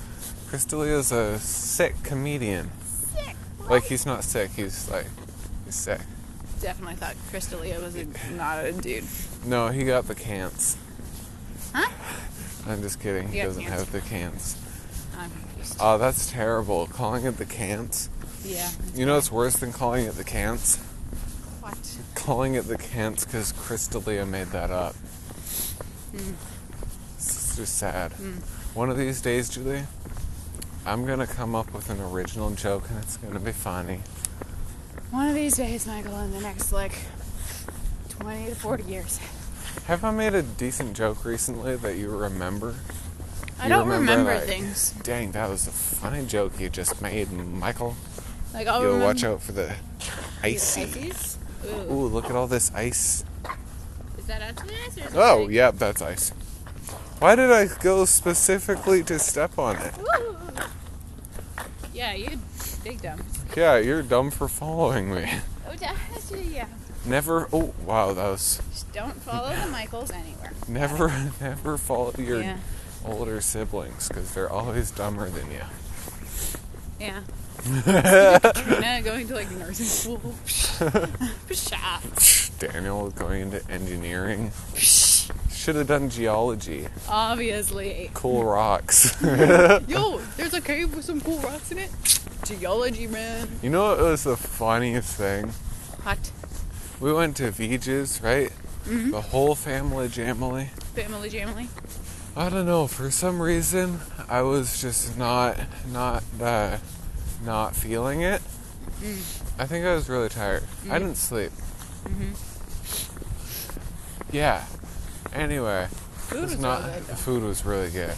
[SPEAKER 1] Crystalia's a sick comedian.
[SPEAKER 2] Sick.
[SPEAKER 1] Like he's not sick. He's like he's sick.
[SPEAKER 2] Definitely thought Cristalia was a, not a dude.
[SPEAKER 1] No, he got the cans.
[SPEAKER 2] Huh?
[SPEAKER 1] I'm just kidding. He
[SPEAKER 2] Yeah,
[SPEAKER 1] doesn't
[SPEAKER 2] cans.
[SPEAKER 1] have the cans.
[SPEAKER 2] I'm confused.
[SPEAKER 1] Oh, that's terrible. Calling it the cans.
[SPEAKER 2] yeah.
[SPEAKER 1] You know what's worse than calling it the cans?
[SPEAKER 2] What?
[SPEAKER 1] calling it the Cants because Crystalia made that up.
[SPEAKER 2] Hmm.
[SPEAKER 1] It's just sad. One of these days, Julie, I'm gonna come up with an original joke and it's gonna be funny.
[SPEAKER 2] One of these days, Michael, in the next like 20 to 40 years.
[SPEAKER 1] Have I made a decent joke recently that you remember?
[SPEAKER 2] I
[SPEAKER 1] You
[SPEAKER 2] don't remember,
[SPEAKER 1] like,
[SPEAKER 2] things.
[SPEAKER 1] Dang, that was a funny joke you just made, Michael.
[SPEAKER 2] Like I'll
[SPEAKER 1] Yo,
[SPEAKER 2] Oh, remember
[SPEAKER 1] watch out for the icy.
[SPEAKER 2] Ices? Ooh.
[SPEAKER 1] Ooh, look at all this ice.
[SPEAKER 2] Is that actually ice or is it
[SPEAKER 1] Oh,
[SPEAKER 2] like-
[SPEAKER 1] yeah, that's ice. Why did I go specifically to step on it?
[SPEAKER 2] Ooh. Yeah, you big dumb.
[SPEAKER 1] Yeah, you're dumb for following me.
[SPEAKER 2] Oh, that's- yeah.
[SPEAKER 1] Never. Oh, wow, that was.
[SPEAKER 2] Just don't follow the Michaels anywhere.
[SPEAKER 1] Never, never follow your
[SPEAKER 2] Yeah.
[SPEAKER 1] older siblings because they're always dumber than you.
[SPEAKER 2] Yeah. now going to like nursing school. Pshaw.
[SPEAKER 1] Daniel going into engineering. Should have done geology.
[SPEAKER 2] Obviously.
[SPEAKER 1] Cool rocks.
[SPEAKER 2] Yo, there's a cave with some cool rocks in it. Geology, man.
[SPEAKER 1] you know what was the funniest thing?
[SPEAKER 2] Hot
[SPEAKER 1] We went to Vija's, right? The whole family jamily.
[SPEAKER 2] family jamily.
[SPEAKER 1] I don't know. For some reason, I was just not, not, uh, not feeling it.
[SPEAKER 2] Mm-hmm.
[SPEAKER 1] I think I was really tired. I didn't sleep. Yeah. Anyway,
[SPEAKER 2] Food
[SPEAKER 1] it's
[SPEAKER 2] was
[SPEAKER 1] not.
[SPEAKER 2] really good,
[SPEAKER 1] the
[SPEAKER 2] though.
[SPEAKER 1] food was really good,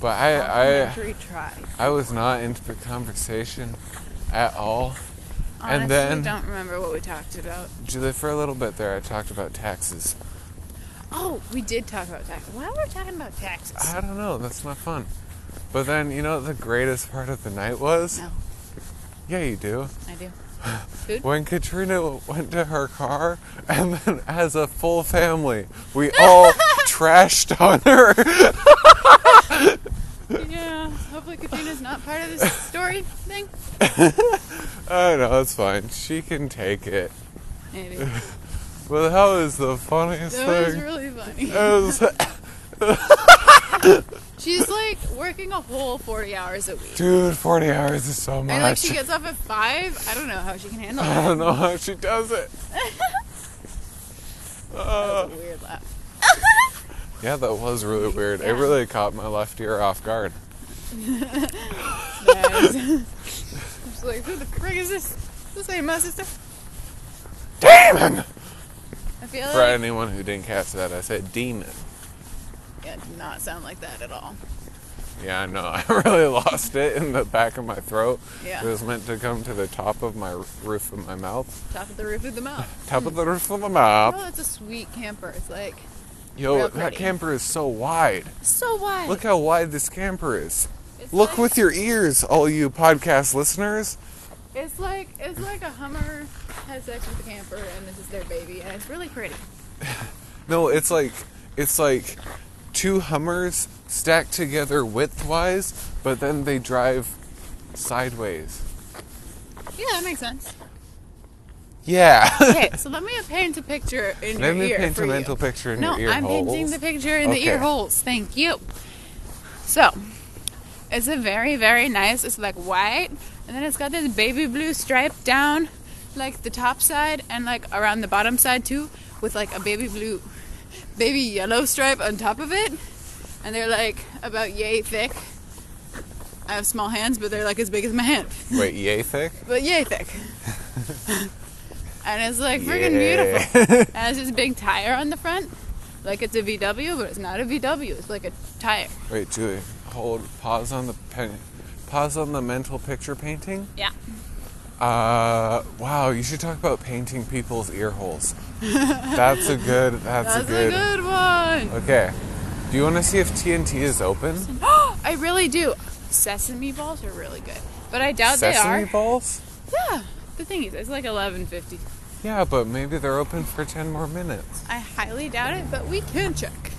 [SPEAKER 1] but I, I,
[SPEAKER 2] Complimentary try.
[SPEAKER 1] I was not into the conversation at all.
[SPEAKER 2] Honestly,
[SPEAKER 1] and then,
[SPEAKER 2] don't remember what we talked about.
[SPEAKER 1] Julie, for a little bit there, I talked about taxes.
[SPEAKER 2] Oh, we did talk about taxes. Why were we talking about taxes?
[SPEAKER 1] I don't know. That's not fun. But then, you know what the greatest part of the night was?
[SPEAKER 2] no,
[SPEAKER 1] Yeah, you do.
[SPEAKER 2] I do. Food?
[SPEAKER 1] When Katrina went to her car, and then as a full family, we all trashed on her.
[SPEAKER 2] Yeah. Hopefully, Katrina's not part of this story thing.
[SPEAKER 1] Oh no, it's fine. She can take it.
[SPEAKER 2] Maybe.
[SPEAKER 1] But that was the funniest
[SPEAKER 2] That was
[SPEAKER 1] thing.
[SPEAKER 2] really funny.
[SPEAKER 1] It was-
[SPEAKER 2] She's like working a whole 40 hours a week.
[SPEAKER 1] dude, 40 hours is so much.
[SPEAKER 2] And like she gets off at 5. I don't know how she can handle
[SPEAKER 1] I
[SPEAKER 2] it.
[SPEAKER 1] don't know how she does it.
[SPEAKER 2] That was a weird laugh.
[SPEAKER 1] Yeah, that was really weird. It
[SPEAKER 2] Yeah.
[SPEAKER 1] really caught my left ear off guard.
[SPEAKER 2] Nice. She's like, who the frick is this? This ain't my sister.
[SPEAKER 1] Damon!
[SPEAKER 2] I feel
[SPEAKER 1] For
[SPEAKER 2] like
[SPEAKER 1] anyone who didn't catch that, I said demon.
[SPEAKER 2] yeah, it did not sound like that at all.
[SPEAKER 1] Yeah, I know. I really lost it in the back of my throat.
[SPEAKER 2] Yeah.
[SPEAKER 1] It was meant to come to the top of my r- roof of my mouth.
[SPEAKER 2] Top of the roof of the mouth.
[SPEAKER 1] Top of the roof of my mouth.
[SPEAKER 2] Oh, it's a sweet camper. It's like
[SPEAKER 1] Yo,
[SPEAKER 2] Real
[SPEAKER 1] that
[SPEAKER 2] pretty.
[SPEAKER 1] camper is so wide.
[SPEAKER 2] so wide.
[SPEAKER 1] Look how wide this camper is.
[SPEAKER 2] It's
[SPEAKER 1] Look
[SPEAKER 2] like-
[SPEAKER 1] with your ears, all you podcast listeners.
[SPEAKER 2] It's like it's like a Hummer has sex with a camper, and this is their baby, and it's really pretty.
[SPEAKER 1] No, it's like it's like two Hummers stacked together widthwise, but then they drive sideways.
[SPEAKER 2] Yeah, that makes sense.
[SPEAKER 1] Yeah.
[SPEAKER 2] Okay, so let me paint a picture in
[SPEAKER 1] Let
[SPEAKER 2] your
[SPEAKER 1] me
[SPEAKER 2] ear
[SPEAKER 1] paint
[SPEAKER 2] for
[SPEAKER 1] a
[SPEAKER 2] you.
[SPEAKER 1] mental picture in
[SPEAKER 2] no,
[SPEAKER 1] your ear
[SPEAKER 2] I'm painting
[SPEAKER 1] holes.
[SPEAKER 2] the picture in the
[SPEAKER 1] Okay.
[SPEAKER 2] ear holes. Thank you. So, it's a very, very nice. It's like white, and then it's got this baby blue stripe down, like the top side and like around the bottom side too, with like a baby blue, baby yellow stripe on top of it, and they're like about yay thick. I have small hands, but they're like as big as my hand,
[SPEAKER 1] Wait, yay thick?
[SPEAKER 2] but yay thick. and it's like freaking beautiful.
[SPEAKER 1] Yeah.
[SPEAKER 2] It has this big tire on the front. Like it's a VW, but it's not a VW. It's like a tire.
[SPEAKER 1] Wait, Julie, hold. Pause on the pen. Pause on the mental picture painting.
[SPEAKER 2] Yeah.
[SPEAKER 1] Uh, wow, you should talk about painting people's ear holes. That's a good. That's,
[SPEAKER 2] That's
[SPEAKER 1] a good.
[SPEAKER 2] a good one.
[SPEAKER 1] Okay. Do you want to see if TNT is open?
[SPEAKER 2] I really do. Sesame balls are really good. But I doubt
[SPEAKER 1] Sesame
[SPEAKER 2] they are.
[SPEAKER 1] balls?
[SPEAKER 2] Yeah. The thing is, it's like 11.50.
[SPEAKER 1] Yeah, but maybe they're open for ten more minutes.
[SPEAKER 2] I highly doubt it, but we can check.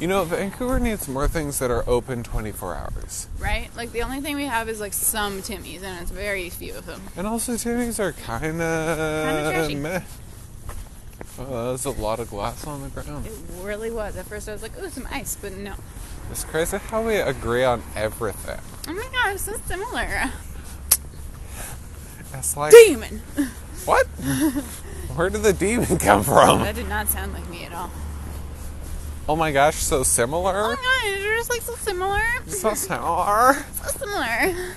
[SPEAKER 1] You know, Vancouver needs more things that are open 24 hours.
[SPEAKER 2] Right? Like the only thing we have is like some Timmy's, and it's very few of them.
[SPEAKER 1] And also, Timmy's are kind of
[SPEAKER 2] trashy.
[SPEAKER 1] meh. Oh, there's a lot of glass on the ground.
[SPEAKER 2] It really was. At first I was like, ooh, some ice, but no.
[SPEAKER 1] It's crazy how we agree on everything.
[SPEAKER 2] Oh my god, it's so similar.
[SPEAKER 1] It's like,
[SPEAKER 2] Demon!
[SPEAKER 1] what? Where did the demon come from?
[SPEAKER 2] That did not sound like me at all.
[SPEAKER 1] Oh my gosh, so
[SPEAKER 2] Oh
[SPEAKER 1] similar.
[SPEAKER 2] my god, you're just like so similar.
[SPEAKER 1] So similar.
[SPEAKER 2] similar. Yeah.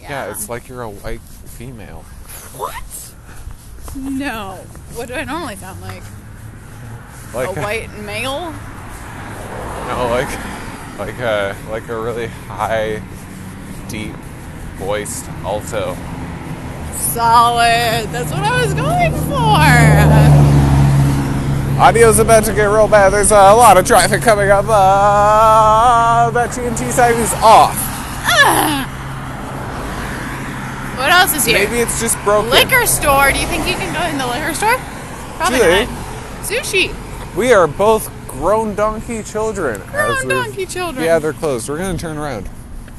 [SPEAKER 1] Yeah, it's like you're a white female.
[SPEAKER 2] what? No. What do I normally sound like?
[SPEAKER 1] Like
[SPEAKER 2] a white male?
[SPEAKER 1] No, like like a like a really high, deep voiced alto.
[SPEAKER 2] Solid. That's what I was going for.
[SPEAKER 1] Audio's about to get real bad. There's a lot of traffic coming up. Uh, that TNT sign is off.
[SPEAKER 2] What else is here?
[SPEAKER 1] Maybe it's just broken.
[SPEAKER 2] Liquor store. Do you think you can go in the liquor store? Probably
[SPEAKER 1] Sure.
[SPEAKER 2] not. Sushi.
[SPEAKER 1] We are both grown donkey children. as
[SPEAKER 2] Grown
[SPEAKER 1] we're-
[SPEAKER 2] donkey children.
[SPEAKER 1] Yeah, they're closed. We're gonna turn around.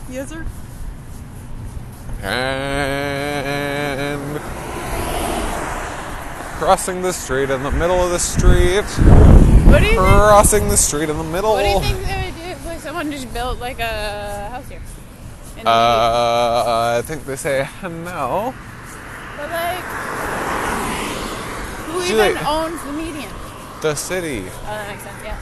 [SPEAKER 2] Yes, sir.
[SPEAKER 1] And crossing the street in the middle of the street.
[SPEAKER 2] What do you think?
[SPEAKER 1] Crossing the street in the middle.
[SPEAKER 2] What do you think they would do if like, someone just built like a house here? In the
[SPEAKER 1] Uh, I think they say no.
[SPEAKER 2] city? But like, who
[SPEAKER 1] Julie.
[SPEAKER 2] even owns the median?
[SPEAKER 1] The city.
[SPEAKER 2] Oh, that makes sense. Yeah.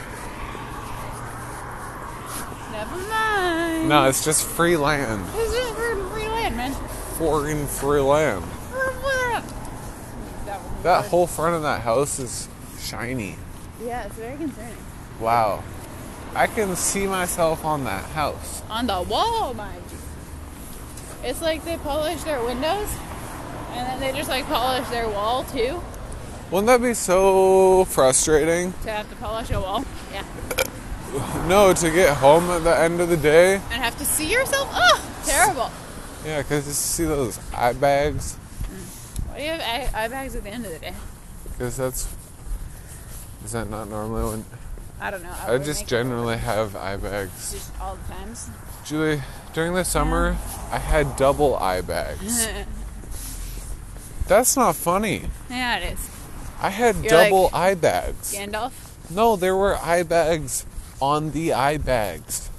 [SPEAKER 2] Never mind.
[SPEAKER 1] No, it's just free land.
[SPEAKER 2] This is just for free land, man.
[SPEAKER 1] Foreign free land.
[SPEAKER 2] That one.
[SPEAKER 1] That whole front of that house is shiny.
[SPEAKER 2] Yeah, it's very concerning.
[SPEAKER 1] Wow. I can see myself on that house.
[SPEAKER 2] On the wall, mind you. It's like they polish their windows, and then they just like polish their wall too.
[SPEAKER 1] Wouldn't that be so frustrating?
[SPEAKER 2] To have to polish a wall. Yeah.
[SPEAKER 1] No, to get home at the end of the day.
[SPEAKER 2] And have to see yourself. Oh, terrible.
[SPEAKER 1] Yeah, because you see those eye bags?
[SPEAKER 2] Why do you have eye, eye bags at the end of the day?
[SPEAKER 1] Because that's. Is that not normally when.
[SPEAKER 2] I don't know.
[SPEAKER 1] I,
[SPEAKER 2] would
[SPEAKER 1] just
[SPEAKER 2] make-
[SPEAKER 1] generally have eye bags.
[SPEAKER 2] just all the times.
[SPEAKER 1] Julie, during the summer, I had double eye bags. That's not funny.
[SPEAKER 2] yeah, it is.
[SPEAKER 1] I had
[SPEAKER 2] You're
[SPEAKER 1] double
[SPEAKER 2] like-
[SPEAKER 1] eye bags.
[SPEAKER 2] Gandalf.
[SPEAKER 1] No, there were eye bags on the eye bags.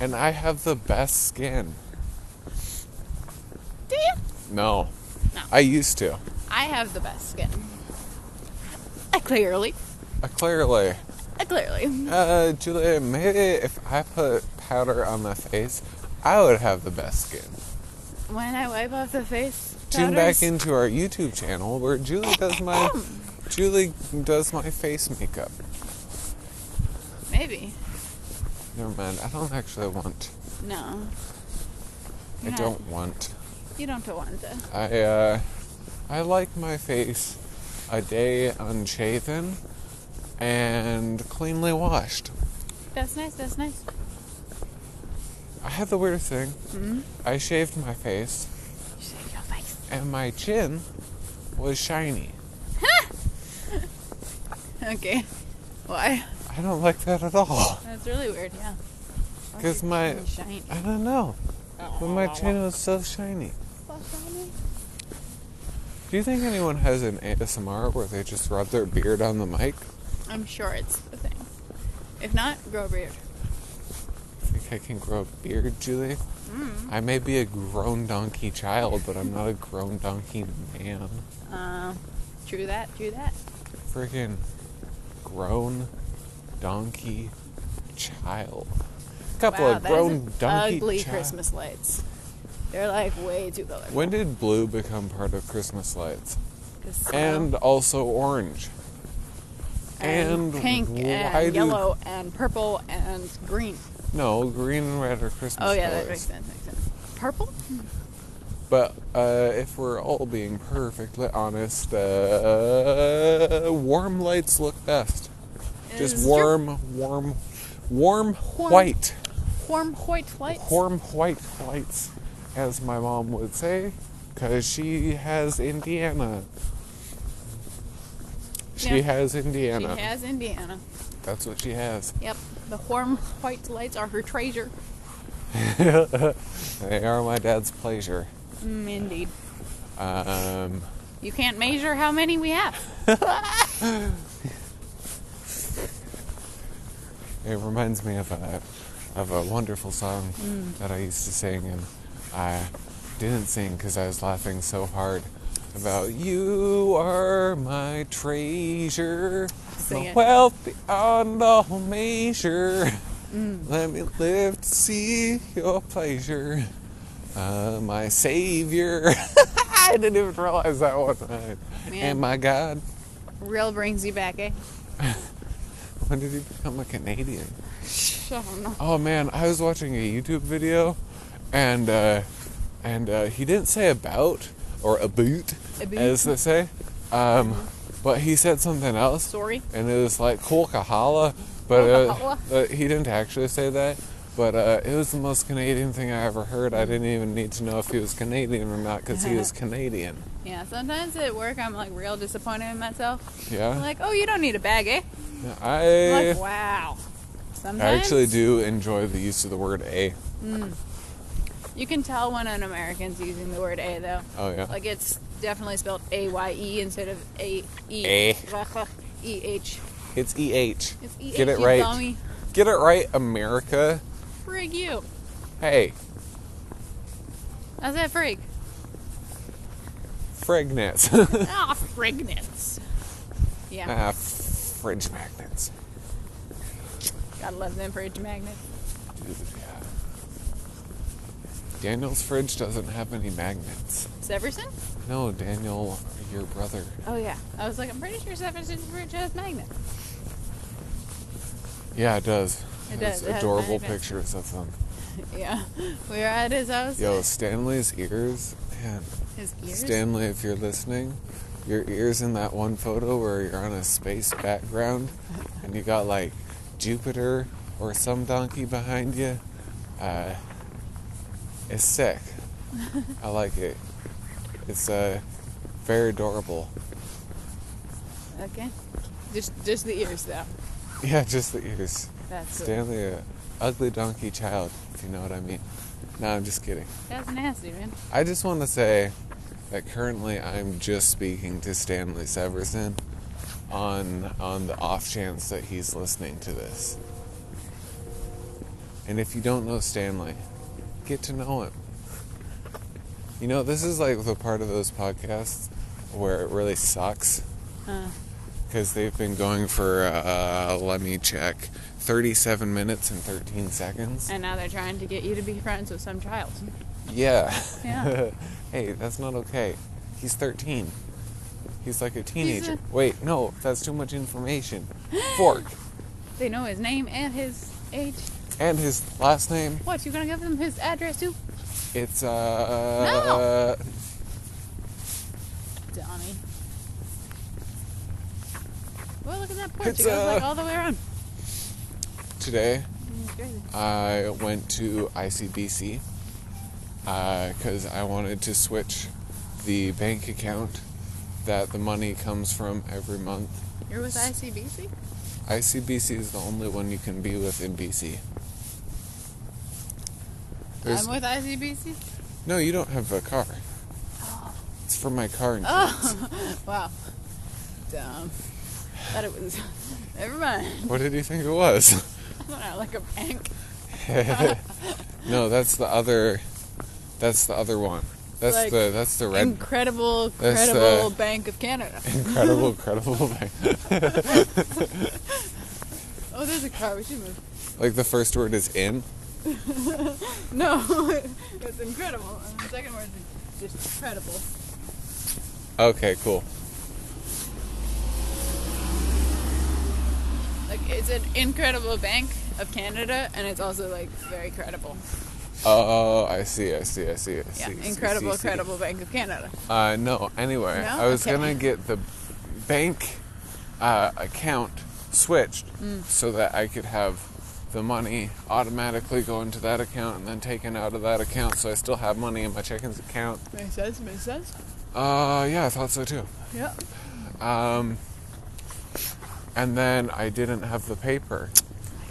[SPEAKER 1] And I have the best skin.
[SPEAKER 2] Do you?
[SPEAKER 1] No.
[SPEAKER 2] No.
[SPEAKER 1] I used to.
[SPEAKER 2] I have the best skin. I clearly.
[SPEAKER 1] Uh, clearly.
[SPEAKER 2] I clearly.
[SPEAKER 1] Uh, Julia, maybe if I put powder on my face, I would have the best skin.
[SPEAKER 2] When I wipe off the face,
[SPEAKER 1] Tune
[SPEAKER 2] powders-
[SPEAKER 1] back into our YouTube channel where Julie does my Julie does my face makeup.
[SPEAKER 2] Maybe.
[SPEAKER 1] Never mind. I don't actually want.
[SPEAKER 2] No.
[SPEAKER 1] I
[SPEAKER 2] You're not-
[SPEAKER 1] don't want.
[SPEAKER 2] You don't want to.
[SPEAKER 1] I uh, I like my face a day unshaven and cleanly washed.
[SPEAKER 2] That's nice. That's nice.
[SPEAKER 1] I have the weirdest thing.
[SPEAKER 2] Mm-hmm.
[SPEAKER 1] I shaved my face
[SPEAKER 2] You shave your face.
[SPEAKER 1] and my chin was shiny.
[SPEAKER 2] Okay. Why?
[SPEAKER 1] I don't like that at all.
[SPEAKER 2] That's really weird. Yeah. Why
[SPEAKER 1] Because
[SPEAKER 2] is your
[SPEAKER 1] my-
[SPEAKER 2] skin shiny?
[SPEAKER 1] I don't know. But my chin was so shiny.
[SPEAKER 2] So shiny?
[SPEAKER 1] Do you think anyone has an ASMR where they just rub their beard on the mic?
[SPEAKER 2] I'm sure it's the thing. If not, grow a beard.
[SPEAKER 1] Think I can grow a beard, Julie?
[SPEAKER 2] Mm.
[SPEAKER 1] I may be a grown donkey child, but I'm not a grown donkey man.
[SPEAKER 2] Uh, true that. True that.
[SPEAKER 1] Freaking grown donkey child. Couple
[SPEAKER 2] wow,
[SPEAKER 1] of
[SPEAKER 2] that is
[SPEAKER 1] grown
[SPEAKER 2] an
[SPEAKER 1] donkey
[SPEAKER 2] ugly
[SPEAKER 1] chi-
[SPEAKER 2] Christmas lights. They're like way too colorful.
[SPEAKER 1] When did blue become part of Christmas lights?
[SPEAKER 2] 'Cause so-
[SPEAKER 1] And also orange. and
[SPEAKER 2] pink
[SPEAKER 1] why
[SPEAKER 2] and
[SPEAKER 1] do-
[SPEAKER 2] yellow and purple and green.
[SPEAKER 1] No, green and red are Christmas
[SPEAKER 2] Oh yeah, that
[SPEAKER 1] colors.
[SPEAKER 2] makes sense. Makes sense. Purple?
[SPEAKER 1] But uh, if we're all being perfectly honest, uh, warm lights look best.
[SPEAKER 2] Is
[SPEAKER 1] Just
[SPEAKER 2] your
[SPEAKER 1] warm, warm, warm, white,
[SPEAKER 2] warm white lights.
[SPEAKER 1] warm white lights, as my mom would say, because she has Indiana. She
[SPEAKER 2] Yeah.
[SPEAKER 1] has
[SPEAKER 2] she
[SPEAKER 1] Indiana.
[SPEAKER 2] has Indiana.
[SPEAKER 1] That's what she has.
[SPEAKER 2] Yep. The warm white lights are her treasure.
[SPEAKER 1] They are my dad's pleasure.
[SPEAKER 2] Mm, indeed.
[SPEAKER 1] Um,
[SPEAKER 2] You can't measure how many we have.
[SPEAKER 1] It reminds me of a of a wonderful song
[SPEAKER 2] Mm.
[SPEAKER 1] that I used to sing, and I didn't sing because I was laughing so hard about "You are my treasure,
[SPEAKER 2] Sing
[SPEAKER 1] my
[SPEAKER 2] it.
[SPEAKER 1] wealth beyond all measure.
[SPEAKER 2] Mm.
[SPEAKER 1] Let me live to see your pleasure, uh, my savior." I didn't even realize that was mine.
[SPEAKER 2] Man.
[SPEAKER 1] And my God,
[SPEAKER 2] Real brings you back, eh?
[SPEAKER 1] when did you become a Canadian?
[SPEAKER 2] I don't know.
[SPEAKER 1] Oh man, I was watching a YouTube video, and uh, and uh, he didn't say about or a boot,
[SPEAKER 2] About.
[SPEAKER 1] as they say, um, but he said something else.
[SPEAKER 2] Sorry.
[SPEAKER 1] and it was like Kolkahala, but uh,
[SPEAKER 2] Kolkahala.
[SPEAKER 1] uh, he didn't actually say that. But uh, it was the most Canadian thing I ever heard. I didn't even need to know if he was Canadian or not because he was Canadian.
[SPEAKER 2] Yeah, sometimes at work I'm like real disappointed in myself. I'm
[SPEAKER 1] Yeah,
[SPEAKER 2] like, oh, you don't need a bag, eh? I'm
[SPEAKER 1] I
[SPEAKER 2] like, wow. Sometimes
[SPEAKER 1] Eh. I actually do enjoy the use of the word "a."
[SPEAKER 2] you can tell when an American's using the word a though.
[SPEAKER 1] Oh yeah,
[SPEAKER 2] Like it's definitely spelled A Y E instead of A E
[SPEAKER 1] Eh.
[SPEAKER 2] E H.
[SPEAKER 1] it's E H.
[SPEAKER 2] It's E H.
[SPEAKER 1] Get it
[SPEAKER 2] you
[SPEAKER 1] right.
[SPEAKER 2] dummy.
[SPEAKER 1] Get it right, America.
[SPEAKER 2] Frig you.
[SPEAKER 1] Hey,
[SPEAKER 2] How's that frig?
[SPEAKER 1] frig nets.
[SPEAKER 2] Ah, frignets. Yeah,
[SPEAKER 1] ah, fridge magnets.
[SPEAKER 2] gotta love them fridge magnets.
[SPEAKER 1] Dude, yeah. Daniel's fridge doesn't have any magnets.
[SPEAKER 2] Severson?
[SPEAKER 1] No, Daniel, your brother.
[SPEAKER 2] Oh yeah. I was like, I'm pretty sure Severson's fridge has magnets.
[SPEAKER 1] Yeah, it does.
[SPEAKER 2] It
[SPEAKER 1] There's
[SPEAKER 2] does, it has
[SPEAKER 1] adorable
[SPEAKER 2] magnets.
[SPEAKER 1] pictures of them.
[SPEAKER 2] Yeah, we were at his house.
[SPEAKER 1] Yo, Stanley's ears. Man,
[SPEAKER 2] His ears.
[SPEAKER 1] Stanley, if you're listening, your ears in that one photo where you're on a space background and you got like Jupiter or some donkey behind you, uh, it's sick. I like it. It's uh, very adorable.
[SPEAKER 2] Okay. Just, just the ears though.
[SPEAKER 1] Yeah, just the ears.
[SPEAKER 2] That's cool.
[SPEAKER 1] Stanley, a ugly donkey child, if you know what I mean. No, I'm just kidding.
[SPEAKER 2] That's nasty, man.
[SPEAKER 1] I just want to say that currently I'm just speaking to Stanley Severson on on the off chance that he's listening to this. And if you don't know Stanley, get to know him. You know, this is like the part of those podcasts where it really sucks
[SPEAKER 2] Uh,
[SPEAKER 1] because they've been going for uh, let me check 37 minutes and 13 seconds
[SPEAKER 2] and now they're trying to get you to be friends with some child.
[SPEAKER 1] yeah
[SPEAKER 2] Yeah.
[SPEAKER 1] hey that's not okay he's 13 he's like a teenager
[SPEAKER 2] a-
[SPEAKER 1] wait no that's too much information fork
[SPEAKER 2] They know his name and his age.
[SPEAKER 1] and his last name
[SPEAKER 2] What? You gonna give them his address too?
[SPEAKER 1] it's uh
[SPEAKER 2] Donnie. Well, look at that porch.
[SPEAKER 1] It's,
[SPEAKER 2] it goes like
[SPEAKER 1] uh,
[SPEAKER 2] all the way around.
[SPEAKER 1] today
[SPEAKER 2] It's crazy.
[SPEAKER 1] I went to ICBC because uh, I wanted to switch the bank account that the money comes from every month.
[SPEAKER 2] You're with ICBC?
[SPEAKER 1] ICBC is the only one you can be with in BC. There's,
[SPEAKER 2] I'm with ICBC?
[SPEAKER 1] no, you don't have a car. It's for my car insurance.
[SPEAKER 2] Oh, wow. Dumb. Thought it was. Never mind.
[SPEAKER 1] What did you think it was?
[SPEAKER 2] I thought I like a bank.
[SPEAKER 1] no, that's the other. That's the other one. That's
[SPEAKER 2] Like,
[SPEAKER 1] the that's the red
[SPEAKER 2] Incredible,
[SPEAKER 1] That's,
[SPEAKER 2] credible
[SPEAKER 1] uh,
[SPEAKER 2] Bank of Canada.
[SPEAKER 1] incredible incredible bank.
[SPEAKER 2] Oh, there's a car. We should move.
[SPEAKER 1] Like the first word is in.
[SPEAKER 2] No, it's incredible. And the second word is just credible.
[SPEAKER 1] Okay, cool.
[SPEAKER 2] Like, it's an incredible Bank of Canada, and it's also like very credible.
[SPEAKER 1] Oh, I see, I see, I see, I see.
[SPEAKER 2] Yeah,
[SPEAKER 1] see,
[SPEAKER 2] incredible,
[SPEAKER 1] see, see.
[SPEAKER 2] credible Bank of Canada.
[SPEAKER 1] Uh, no, anyway,
[SPEAKER 2] No?
[SPEAKER 1] I was
[SPEAKER 2] Okay.
[SPEAKER 1] gonna get the bank uh, account switched
[SPEAKER 2] Mm.
[SPEAKER 1] so that I could have the money automatically go into that account and then taken out of that account so I still have money in my checkings account.
[SPEAKER 2] Makes sense. Makes sense.
[SPEAKER 1] Uh, yeah, I thought so too.
[SPEAKER 2] Yeah.
[SPEAKER 1] Um, and then I didn't have the paper.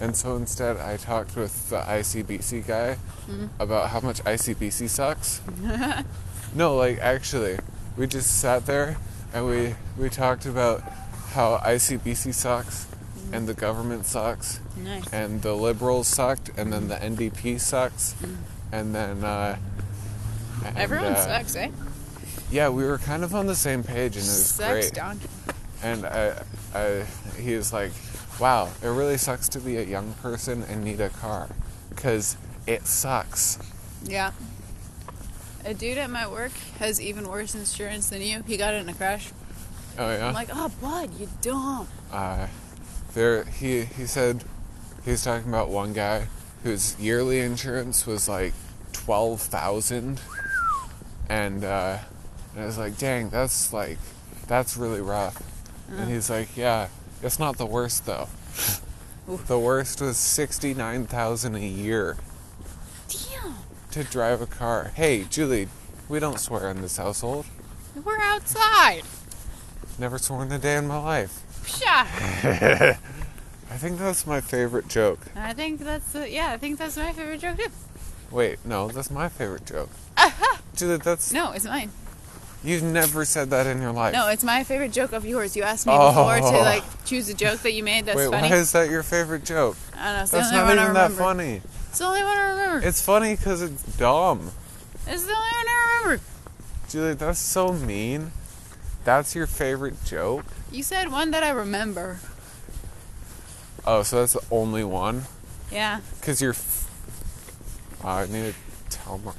[SPEAKER 1] And so instead, I talked with the ICBC guy
[SPEAKER 2] Mm-hmm.
[SPEAKER 1] about how much ICBC sucks. no, like actually, we just sat there and we we talked about how ICBC sucks and the government sucks
[SPEAKER 2] Mm-hmm. Nice.
[SPEAKER 1] and the liberals sucked and then the NDP sucks and then uh, and,
[SPEAKER 2] Mm-hmm. Everyone
[SPEAKER 1] uh,
[SPEAKER 2] sucks, eh?
[SPEAKER 1] Yeah, we were kind of on the same page and it was
[SPEAKER 2] Sucks,
[SPEAKER 1] great
[SPEAKER 2] Don.
[SPEAKER 1] and I, I, he was like, "Wow, it really sucks to be a young person and need a car, because it sucks."
[SPEAKER 2] Yeah. a dude at my work has even worse insurance than you. He got in a crash.
[SPEAKER 1] Oh yeah.
[SPEAKER 2] I'm like, oh, bud, you dumb.
[SPEAKER 1] uh, there he he said he was talking about one guy whose yearly insurance was like twelve thousand, and uh, and I was like, dang, that's like that's really rough. And he's like, yeah, it's not the worst though.
[SPEAKER 2] Oof.
[SPEAKER 1] The worst was sixty nine thousand a year
[SPEAKER 2] Damn,
[SPEAKER 1] to drive a car. Hey, Julie, we don't swear in this household.
[SPEAKER 2] we're outside.
[SPEAKER 1] Never sworn a day in my life.
[SPEAKER 2] Psha.
[SPEAKER 1] I think that's my favorite joke.
[SPEAKER 2] I think that's uh, yeah. I think that's my favorite joke too.
[SPEAKER 1] Wait, no, that's my favorite joke. Julie, that's
[SPEAKER 2] Uh-huh. No, it's mine.
[SPEAKER 1] you've never said that in your life.
[SPEAKER 2] No, it's my favorite joke of yours. You asked me
[SPEAKER 1] Oh.
[SPEAKER 2] before to like choose a joke that you made that's
[SPEAKER 1] Wait,
[SPEAKER 2] funny.
[SPEAKER 1] why is that your favorite joke?
[SPEAKER 2] I don't know. It's
[SPEAKER 1] That's
[SPEAKER 2] the only
[SPEAKER 1] not
[SPEAKER 2] one I
[SPEAKER 1] even that
[SPEAKER 2] remember.
[SPEAKER 1] funny.
[SPEAKER 2] It's the only one I remember.
[SPEAKER 1] It's funny because it's dumb.
[SPEAKER 2] It's the only one I remember.
[SPEAKER 1] Julie, that's so mean. That's your favorite joke.
[SPEAKER 2] You said one that I remember.
[SPEAKER 1] Oh, so that's the only one?
[SPEAKER 2] Yeah.
[SPEAKER 1] Because you're. F- Wow, I need to tell more.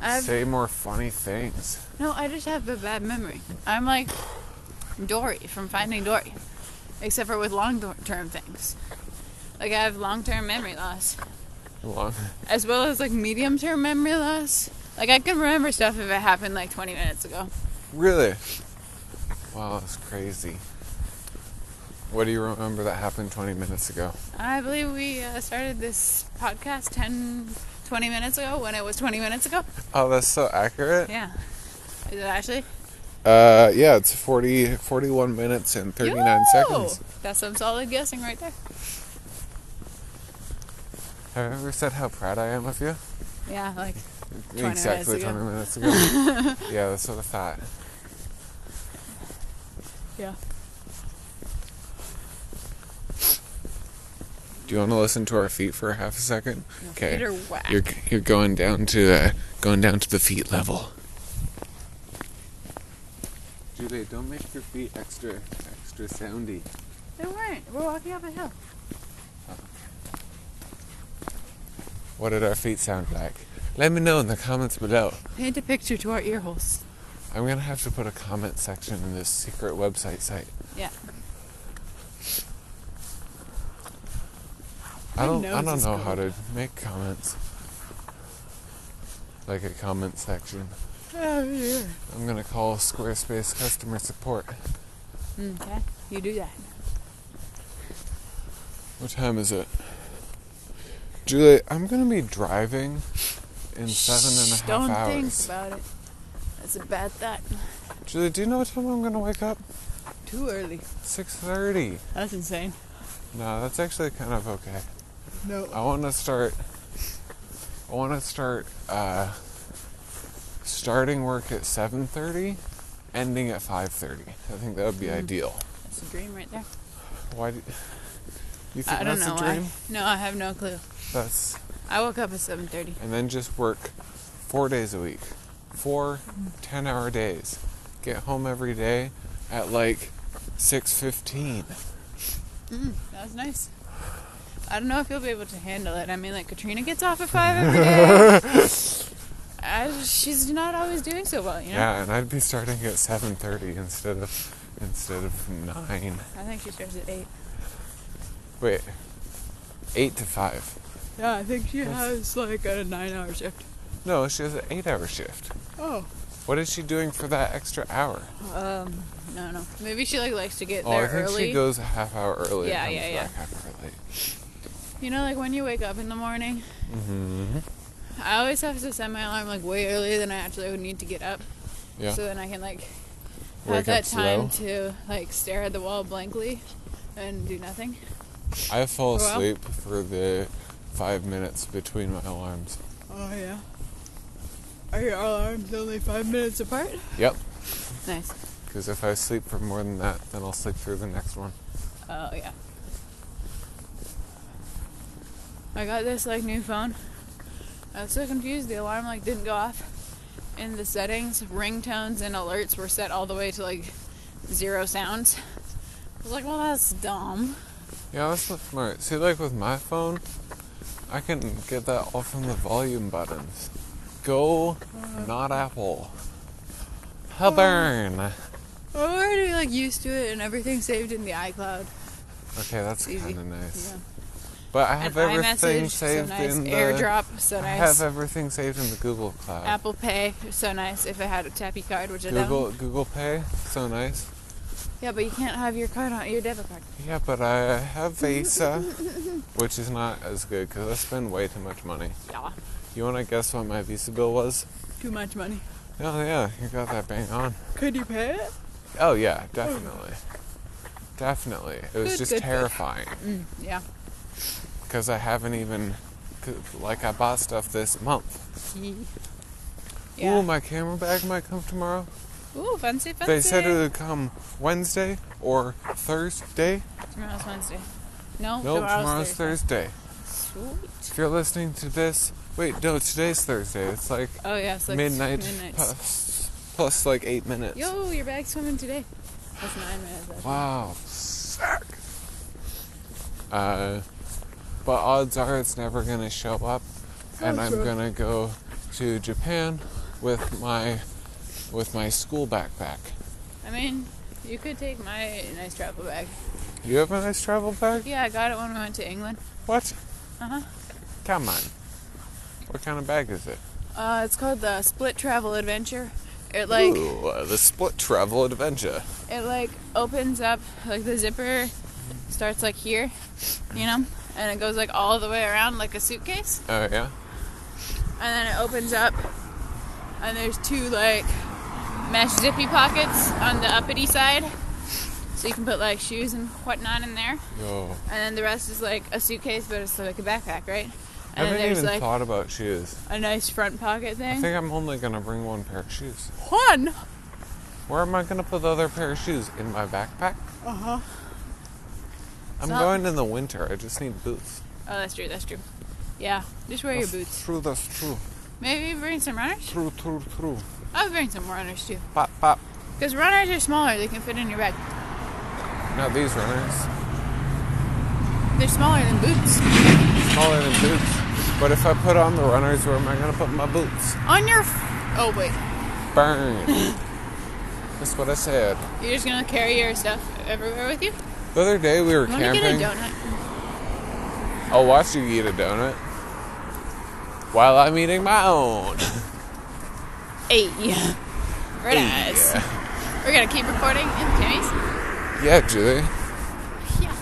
[SPEAKER 2] I've,
[SPEAKER 1] Say more funny things.
[SPEAKER 2] No, I just have a bad memory. I'm like Dory from Finding Dory, except for with long do- term things. Like, I have long term memory loss,
[SPEAKER 1] Long.
[SPEAKER 2] as well as like medium term memory loss. Like, I can remember stuff if it happened like 20 minutes ago.
[SPEAKER 1] Really? Wow, that's crazy. What do you remember that happened 20 minutes ago?
[SPEAKER 2] I believe we uh, started this podcast 10, 20 minutes ago when it was 20 minutes ago.
[SPEAKER 1] Oh, that's so accurate.
[SPEAKER 2] Yeah. Is it actually?
[SPEAKER 1] Uh, yeah, it's 40, 41 minutes and 39
[SPEAKER 2] Yo!
[SPEAKER 1] seconds.
[SPEAKER 2] That's some solid guessing right there.
[SPEAKER 1] Have I ever said how proud I am of you?
[SPEAKER 2] Yeah, like, 20 minutes
[SPEAKER 1] exactly
[SPEAKER 2] ago.
[SPEAKER 1] 20 minutes ago. yeah, that's what I thought.
[SPEAKER 2] yeah.
[SPEAKER 1] Do you want to listen to our feet for half a second? Okay.
[SPEAKER 2] Peter whack.
[SPEAKER 1] You're you're going down to uh, going down to the feet level. Julie, don't make your feet extra extra soundy.
[SPEAKER 2] They weren't. We're walking up a hill.
[SPEAKER 1] What did our feet sound like? Let me know in the comments below.
[SPEAKER 2] Paint a picture to our ear holes.
[SPEAKER 1] I'm gonna have to put a comment section in this secret website site.
[SPEAKER 2] Yeah.
[SPEAKER 1] I
[SPEAKER 2] My
[SPEAKER 1] don't I
[SPEAKER 2] nose
[SPEAKER 1] don't
[SPEAKER 2] is
[SPEAKER 1] know how to
[SPEAKER 2] cold.
[SPEAKER 1] make comments. Like a comment section.
[SPEAKER 2] Okay.
[SPEAKER 1] I'm gonna call Squarespace customer support.
[SPEAKER 2] Mm, You do that.
[SPEAKER 1] What time is it? Julie, I'm gonna be driving in seven and
[SPEAKER 2] Shh,
[SPEAKER 1] a half
[SPEAKER 2] Don't
[SPEAKER 1] hours.
[SPEAKER 2] think about it. That's a bad thought.
[SPEAKER 1] Julie, do you know what time I'm gonna wake up?
[SPEAKER 2] Too early.
[SPEAKER 1] Six thirty.
[SPEAKER 2] That's insane.
[SPEAKER 1] No, that's actually kind of okay.
[SPEAKER 2] No.
[SPEAKER 1] I want to start. I want to start uh, starting work at seven thirty, ending at five thirty. I think that would
[SPEAKER 2] Mm.
[SPEAKER 1] be ideal.
[SPEAKER 2] That's a dream right there.
[SPEAKER 1] Why? Do, you think
[SPEAKER 2] I don't
[SPEAKER 1] that's
[SPEAKER 2] know
[SPEAKER 1] a dream?
[SPEAKER 2] why. No, I have no clue.
[SPEAKER 1] That's
[SPEAKER 2] I woke up at 7:30.
[SPEAKER 1] and then just work four days a week, four
[SPEAKER 2] Mm.
[SPEAKER 1] 10 hour days. Get home every day at like six fifteen.
[SPEAKER 2] Mm, that was nice. I don't know if you'll be able to handle it. I mean, like Katrina gets off at five every day. I, she's not always doing so well, you know.
[SPEAKER 1] Yeah, and I'd be starting at seven thirty instead of instead of nine.
[SPEAKER 2] I think she starts at eight.
[SPEAKER 1] Wait, eight to five.
[SPEAKER 2] Yeah, I think she
[SPEAKER 1] That's-
[SPEAKER 2] has like a nine-hour shift.
[SPEAKER 1] No, she has an eight hour shift.
[SPEAKER 2] Oh.
[SPEAKER 1] What is she doing for that extra hour?
[SPEAKER 2] Um, no, no. Maybe she like likes to get
[SPEAKER 1] Oh,
[SPEAKER 2] there
[SPEAKER 1] I think
[SPEAKER 2] early.
[SPEAKER 1] she goes a half hour early.
[SPEAKER 2] Yeah,
[SPEAKER 1] and
[SPEAKER 2] yeah,
[SPEAKER 1] comes
[SPEAKER 2] yeah.
[SPEAKER 1] Back half hour late.
[SPEAKER 2] you know, like when you wake up in the morning. I always have to set my alarm like way earlier than I actually would need to get up,
[SPEAKER 1] Yeah.
[SPEAKER 2] so then I can like have
[SPEAKER 1] Wake
[SPEAKER 2] that
[SPEAKER 1] up
[SPEAKER 2] time
[SPEAKER 1] slow.
[SPEAKER 2] to like stare at the wall blankly and do nothing.
[SPEAKER 1] I fall
[SPEAKER 2] Well.
[SPEAKER 1] asleep for the five minutes between my alarms.
[SPEAKER 2] Oh yeah. Are your alarms only five minutes apart?
[SPEAKER 1] Yep.
[SPEAKER 2] Nice.
[SPEAKER 1] Because if I sleep for more than that, then I'll sleep through the next one.
[SPEAKER 2] Oh yeah. I got this like new phone. I was so confused. The alarm like didn't go off. In the settings, ringtones and alerts were set all the way to like zero sounds. I was like, well, that's dumb.
[SPEAKER 1] Yeah, that's not smart. See, like with my phone, I can get that all from the volume buttons. Go,
[SPEAKER 2] Uh,
[SPEAKER 1] not apple. Habern.
[SPEAKER 2] We're already like used to it and everything's saved in the iCloud.
[SPEAKER 1] Okay, that's
[SPEAKER 2] It's easy.
[SPEAKER 1] kind of nice.
[SPEAKER 2] Yeah.
[SPEAKER 1] But I have
[SPEAKER 2] and
[SPEAKER 1] everything
[SPEAKER 2] iMessage,
[SPEAKER 1] saved
[SPEAKER 2] so nice.
[SPEAKER 1] in the
[SPEAKER 2] AirDrop, so
[SPEAKER 1] I
[SPEAKER 2] nice.
[SPEAKER 1] have everything saved in the Google Cloud.
[SPEAKER 2] Apple Pay, so nice. If I had a tappy card, which I don't.
[SPEAKER 1] Google Google Pay, so nice.
[SPEAKER 2] Yeah, but you can't have your card on your debit card.
[SPEAKER 1] Yeah, but I have Visa, which is not as good because I spend way too much money.
[SPEAKER 2] Yeah,
[SPEAKER 1] You want to guess what my Visa bill was?
[SPEAKER 2] too much money.
[SPEAKER 1] Oh yeah, you got that bang on.
[SPEAKER 2] Could you pay it?
[SPEAKER 1] Oh yeah, definitely, definitely. It was
[SPEAKER 2] Good,
[SPEAKER 1] just
[SPEAKER 2] good, good.
[SPEAKER 1] terrifying
[SPEAKER 2] Mm, yeah.
[SPEAKER 1] because I haven't even, 'cause, like, I bought stuff this month.
[SPEAKER 2] Yee.
[SPEAKER 1] Ooh,
[SPEAKER 2] Yeah.
[SPEAKER 1] my camera bag might come tomorrow.
[SPEAKER 2] Ooh, fancy, fancy.
[SPEAKER 1] They said it would come Wednesday or Thursday.
[SPEAKER 2] Tomorrow's Wednesday. No,
[SPEAKER 1] No,
[SPEAKER 2] tomorrow's,
[SPEAKER 1] tomorrow's
[SPEAKER 2] Thursday.
[SPEAKER 1] Thursday.
[SPEAKER 2] Sweet.
[SPEAKER 1] If you're listening to this, wait, no, today's Thursday. It's like
[SPEAKER 2] Oh yeah, it's like
[SPEAKER 1] midnight,
[SPEAKER 2] Midnight.
[SPEAKER 1] plus, plus like eight minutes.
[SPEAKER 2] Yo, your bag's coming today. That's nine minutes. actually.
[SPEAKER 1] Wow, sick. Uh, but odds are it's never gonna show up, and I'm
[SPEAKER 2] That's right.
[SPEAKER 1] gonna go to Japan with my with my school backpack.
[SPEAKER 2] I mean, you could take my nice travel bag.
[SPEAKER 1] You have a nice travel bag?
[SPEAKER 2] Yeah, I got it when we went to England.
[SPEAKER 1] What?
[SPEAKER 2] Uh-huh.
[SPEAKER 1] Come on. What kind of bag is it?
[SPEAKER 2] Uh, it's called the Split Travel Adventure. It like
[SPEAKER 1] Ooh, uh, the split travel adventure.
[SPEAKER 2] it like opens up like the zipper starts like here, you know, and it goes like all the way around like a suitcase,
[SPEAKER 1] Oh yeah.
[SPEAKER 2] and then it opens up, and there's two like mesh zippy pockets on the uppity side, so you can put like shoes and whatnot in there,
[SPEAKER 1] Yo.
[SPEAKER 2] and then the rest is like a suitcase, but it's like a backpack, right?
[SPEAKER 1] I
[SPEAKER 2] And then
[SPEAKER 1] haven't
[SPEAKER 2] there's
[SPEAKER 1] even
[SPEAKER 2] like
[SPEAKER 1] thought about shoes.
[SPEAKER 2] a nice front pocket
[SPEAKER 1] I
[SPEAKER 2] thing.
[SPEAKER 1] think I'm only gonna bring one pair of shoes.
[SPEAKER 2] One.
[SPEAKER 1] Where am I gonna put the other pair of shoes? In my backpack?
[SPEAKER 2] Uh huh.
[SPEAKER 1] I'm
[SPEAKER 2] Some-
[SPEAKER 1] going in the winter. I just need boots.
[SPEAKER 2] Oh, that's true. That's true. Yeah, just wear your
[SPEAKER 1] That's
[SPEAKER 2] boots.
[SPEAKER 1] True, that's true.
[SPEAKER 2] Maybe bring some runners.
[SPEAKER 1] True, true, true.
[SPEAKER 2] I would bring some runners too,
[SPEAKER 1] Pop, pop.
[SPEAKER 2] because runners are smaller. They can fit in your bag.
[SPEAKER 1] Now these runners,
[SPEAKER 2] They're smaller than boots.
[SPEAKER 1] smaller than boots. But if I put on the runners, where am I gonna put my boots?
[SPEAKER 2] On your. F- oh wait,
[SPEAKER 1] Burn. that's what I said.
[SPEAKER 2] you're just gonna carry your stuff everywhere with you.
[SPEAKER 1] The other day we were
[SPEAKER 2] You want to
[SPEAKER 1] camping.
[SPEAKER 2] get a donut?
[SPEAKER 1] I'll watch Oh, you eat a donut while I'm eating my own.
[SPEAKER 2] Eight. Yeah. Very nice.
[SPEAKER 1] Yeah.
[SPEAKER 2] We're gonna keep recording in Timmy's.
[SPEAKER 1] Yeah, Julie.
[SPEAKER 2] Yeah.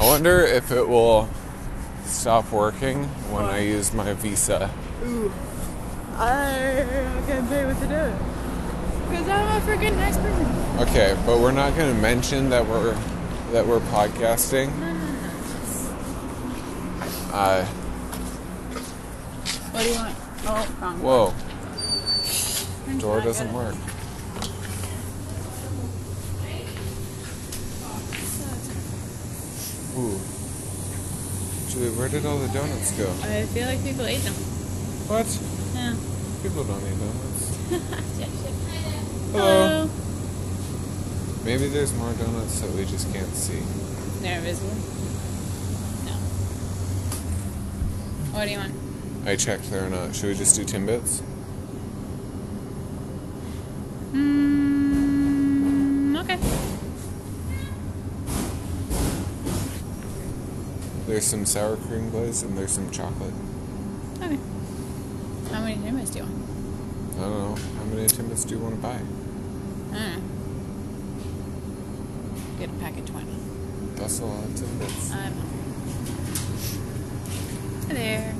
[SPEAKER 1] I wonder if it will stop working when I use my Visa.
[SPEAKER 2] Ooh. I can pay with the donut. Cause I'm a freaking nice person.
[SPEAKER 1] Okay, but we're not going to mention that we're that we're podcasting. Uh,
[SPEAKER 2] What do you want? Oh, wrong.
[SPEAKER 1] whoa,
[SPEAKER 2] one.
[SPEAKER 1] door
[SPEAKER 2] I got
[SPEAKER 1] doesn't
[SPEAKER 2] it.
[SPEAKER 1] work. Ooh. Julie, where did all the donuts go?
[SPEAKER 2] I feel like people ate them.
[SPEAKER 1] What?
[SPEAKER 2] Yeah.
[SPEAKER 1] People don't eat donuts.
[SPEAKER 2] Hello.
[SPEAKER 1] Maybe there's more donuts that we just can't see.
[SPEAKER 2] They're invisible. No. What do you want?
[SPEAKER 1] I checked there or not. Should we just do Timbits?
[SPEAKER 2] Mm, okay.
[SPEAKER 1] There's some sour cream glaze and there's some chocolate.
[SPEAKER 2] Okay. How many Timbits do you want?
[SPEAKER 1] I don't know. How many Timbits do you want to buy?
[SPEAKER 2] I don't know. Mm. Get a pack of 20.
[SPEAKER 1] That's a lot of Timbits.
[SPEAKER 2] I'm hungry. Um. Hi there.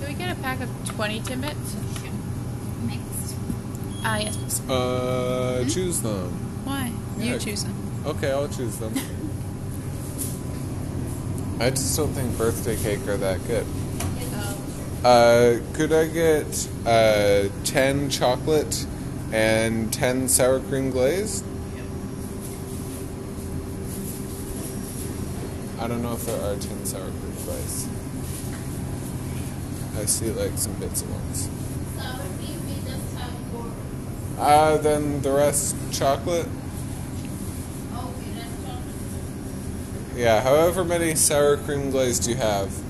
[SPEAKER 2] Can we get a pack of 20 Timbits?
[SPEAKER 3] Mixed.
[SPEAKER 2] Ah, yes, please.
[SPEAKER 1] Uh, choose them.
[SPEAKER 2] Why?
[SPEAKER 1] Yeah.
[SPEAKER 2] You choose them.
[SPEAKER 1] Okay, I'll choose them. I just don't think birthday cake are that good.
[SPEAKER 2] um,
[SPEAKER 1] Uh, could I get uh, 10 chocolate and 10 sour cream glaze? I don't know if there are 10 sour cream glaze. I see like some bits and ones.
[SPEAKER 3] So we we just have four.
[SPEAKER 1] Uh, then the rest chocolate?
[SPEAKER 3] Oh, we left chocolate.
[SPEAKER 1] Yeah, however many sour cream glaze do you have?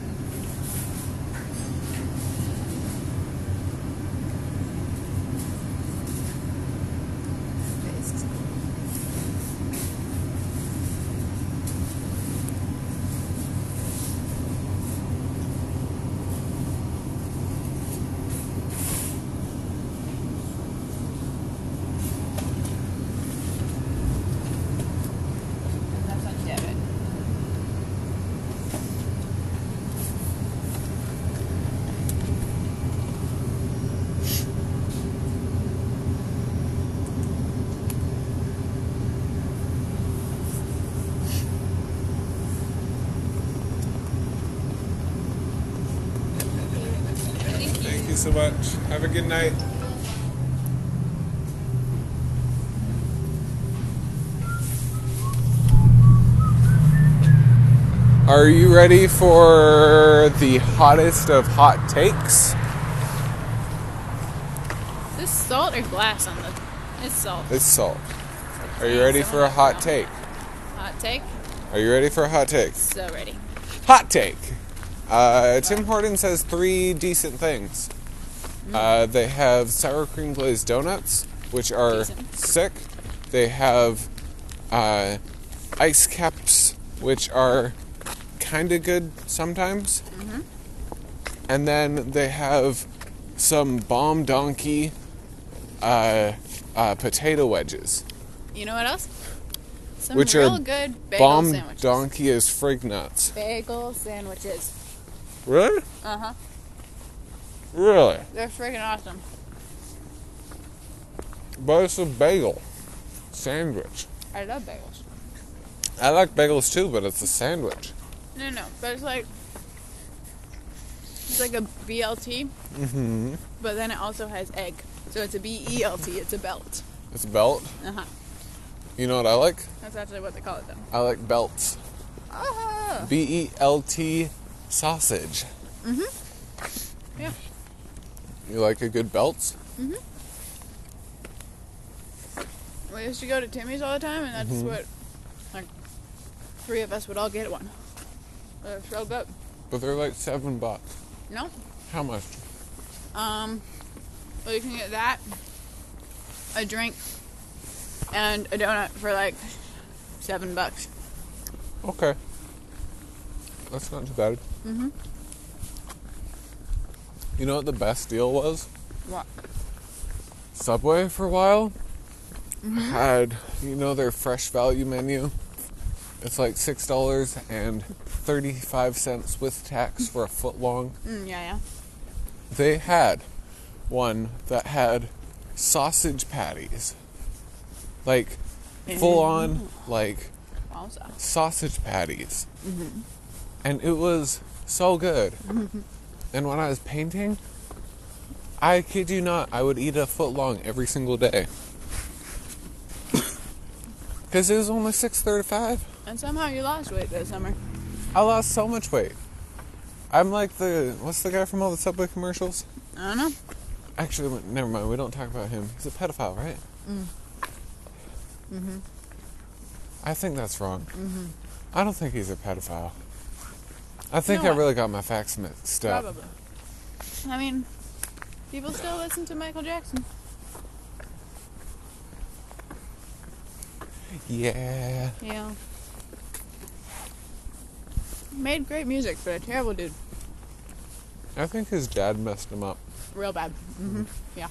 [SPEAKER 1] you so much. Have a good night. Are you ready for the hottest of hot takes?
[SPEAKER 2] Is this salt or glass on the? It's salt.
[SPEAKER 1] It's salt. Are you
[SPEAKER 2] Hey,
[SPEAKER 1] ready for a
[SPEAKER 2] someone-
[SPEAKER 1] hot take?
[SPEAKER 2] Hot take.
[SPEAKER 1] Are you ready for a hot take?
[SPEAKER 2] So ready.
[SPEAKER 1] Hot take. Uh, Tim Hortons has three decent things.
[SPEAKER 2] Mm.
[SPEAKER 1] Uh, they have sour cream glazed donuts, which are
[SPEAKER 2] Decent.
[SPEAKER 1] sick. They have uh, ice caps, which are kind of good sometimes.
[SPEAKER 2] Mm-hmm.
[SPEAKER 1] And then they have some bomb donkey uh, uh, potato wedges.
[SPEAKER 2] You know what else? Some
[SPEAKER 1] Which are
[SPEAKER 2] real good bagel
[SPEAKER 1] bomb
[SPEAKER 2] sandwiches.
[SPEAKER 1] donkey is frig nuts.
[SPEAKER 2] Bagel sandwiches.
[SPEAKER 1] Really?
[SPEAKER 2] Uh huh.
[SPEAKER 1] Really?
[SPEAKER 2] They're freaking awesome.
[SPEAKER 1] But it's a bagel sandwich.
[SPEAKER 2] I love bagels.
[SPEAKER 1] I like bagels too, but it's a sandwich.
[SPEAKER 2] No, no, but it's like it's like a BLT,
[SPEAKER 1] Mm-hmm.
[SPEAKER 2] but then it also has egg, so it's a BELT. It's a belt.
[SPEAKER 1] It's a belt.
[SPEAKER 2] Uh huh.
[SPEAKER 1] You know what I like?
[SPEAKER 2] That's actually what they call it, though.
[SPEAKER 1] I like belts.
[SPEAKER 2] Oh.
[SPEAKER 1] B E L T sausage.
[SPEAKER 2] Yeah.
[SPEAKER 1] You like a good belt?
[SPEAKER 2] We used to go to Timmy's all the time, and that's what like three of us would all get one. Uh, so good.
[SPEAKER 1] But they're like seven bucks.
[SPEAKER 2] No.
[SPEAKER 1] How much?
[SPEAKER 2] Um. Well, you can get that, a drink, and a donut for like seven bucks.
[SPEAKER 1] Okay. That's not too bad.
[SPEAKER 2] Mhm.
[SPEAKER 1] You know what the best deal was?
[SPEAKER 2] What?
[SPEAKER 1] Subway for a while had you know their fresh value menu. It's like six dollars and thirty five cents with tax for a foot long.
[SPEAKER 2] Mm, yeah, yeah.
[SPEAKER 1] They had one that had sausage patties, like full on like
[SPEAKER 2] Also.
[SPEAKER 1] sausage patties, and it was so good. And when I was painting, I kid you not, I would eat a foot long every single day. Cause it was only six thirty-five.
[SPEAKER 2] And somehow you lost weight this summer.
[SPEAKER 1] I lost so much weight. I'm like the what's the guy from all the Subway commercials?
[SPEAKER 2] I don't know.
[SPEAKER 1] Actually, we- never mind. We don't talk about him. He's a pedophile, right?
[SPEAKER 2] Mm. Mhm.
[SPEAKER 1] I think that's wrong.
[SPEAKER 2] Mm-hmm.
[SPEAKER 1] I don't think he's a pedophile. I think
[SPEAKER 2] know
[SPEAKER 1] I
[SPEAKER 2] what?
[SPEAKER 1] really got my facts mixed up.
[SPEAKER 2] Probably. I mean, people still listen to Michael Jackson.
[SPEAKER 1] Yeah.
[SPEAKER 2] Yeah. Made great music, but a terrible dude.
[SPEAKER 1] I think his dad messed him up.
[SPEAKER 2] Real bad. Mm-hmm. Yeah.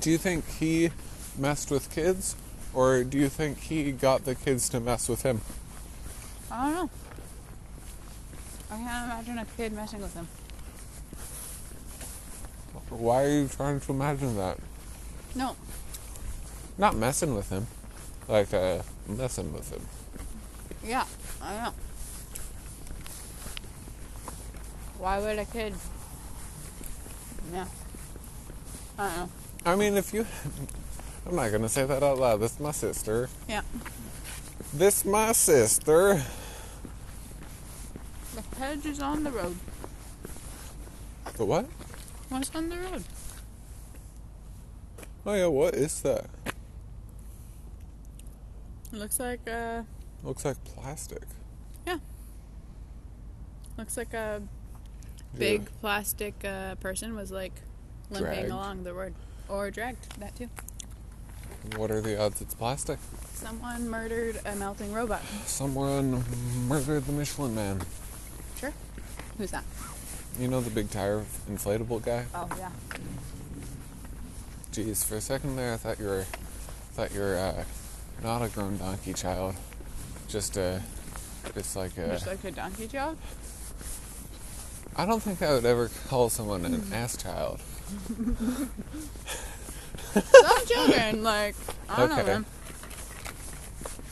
[SPEAKER 1] Do you think he messed with kids, or do you think he got the kids to mess with him?
[SPEAKER 2] I don't know. I can't imagine a kid messing with him.
[SPEAKER 1] Why are you trying to imagine that?
[SPEAKER 2] No.
[SPEAKER 1] Not messing with him, like uh, messing with him.
[SPEAKER 2] Yeah. I don't know. Why would a kid? Yeah. I don't know.
[SPEAKER 1] I mean, if you, I'm not gonna say that out loud. This is my sister.
[SPEAKER 2] Yeah.
[SPEAKER 1] This my sister.
[SPEAKER 2] The hedge is on the road.
[SPEAKER 1] But what?
[SPEAKER 2] What's on the road?
[SPEAKER 1] Oh yeah, what is that?
[SPEAKER 2] It looks like uh, a
[SPEAKER 1] Looks like plastic.
[SPEAKER 2] looks like a
[SPEAKER 1] Yeah.
[SPEAKER 2] big plastic uh, person was like limping
[SPEAKER 1] Dragged.
[SPEAKER 2] along the road or dragged. That too.
[SPEAKER 1] What are the odds it's plastic?
[SPEAKER 2] Someone murdered a melting robot.
[SPEAKER 1] Someone murdered the Michelin Man.
[SPEAKER 2] Sure. Who's that?
[SPEAKER 1] You know the big tire inflatable guy.
[SPEAKER 2] Oh yeah.
[SPEAKER 1] Jeez, for a second there, I thought you were, thought you were uh, not a grown donkey child, just a, just like a.
[SPEAKER 2] Just like a donkey child.
[SPEAKER 1] I don't think I would ever call someone an
[SPEAKER 2] Hmm.
[SPEAKER 1] ass child.
[SPEAKER 2] Some children like I don't
[SPEAKER 1] Okay.
[SPEAKER 2] know. Man.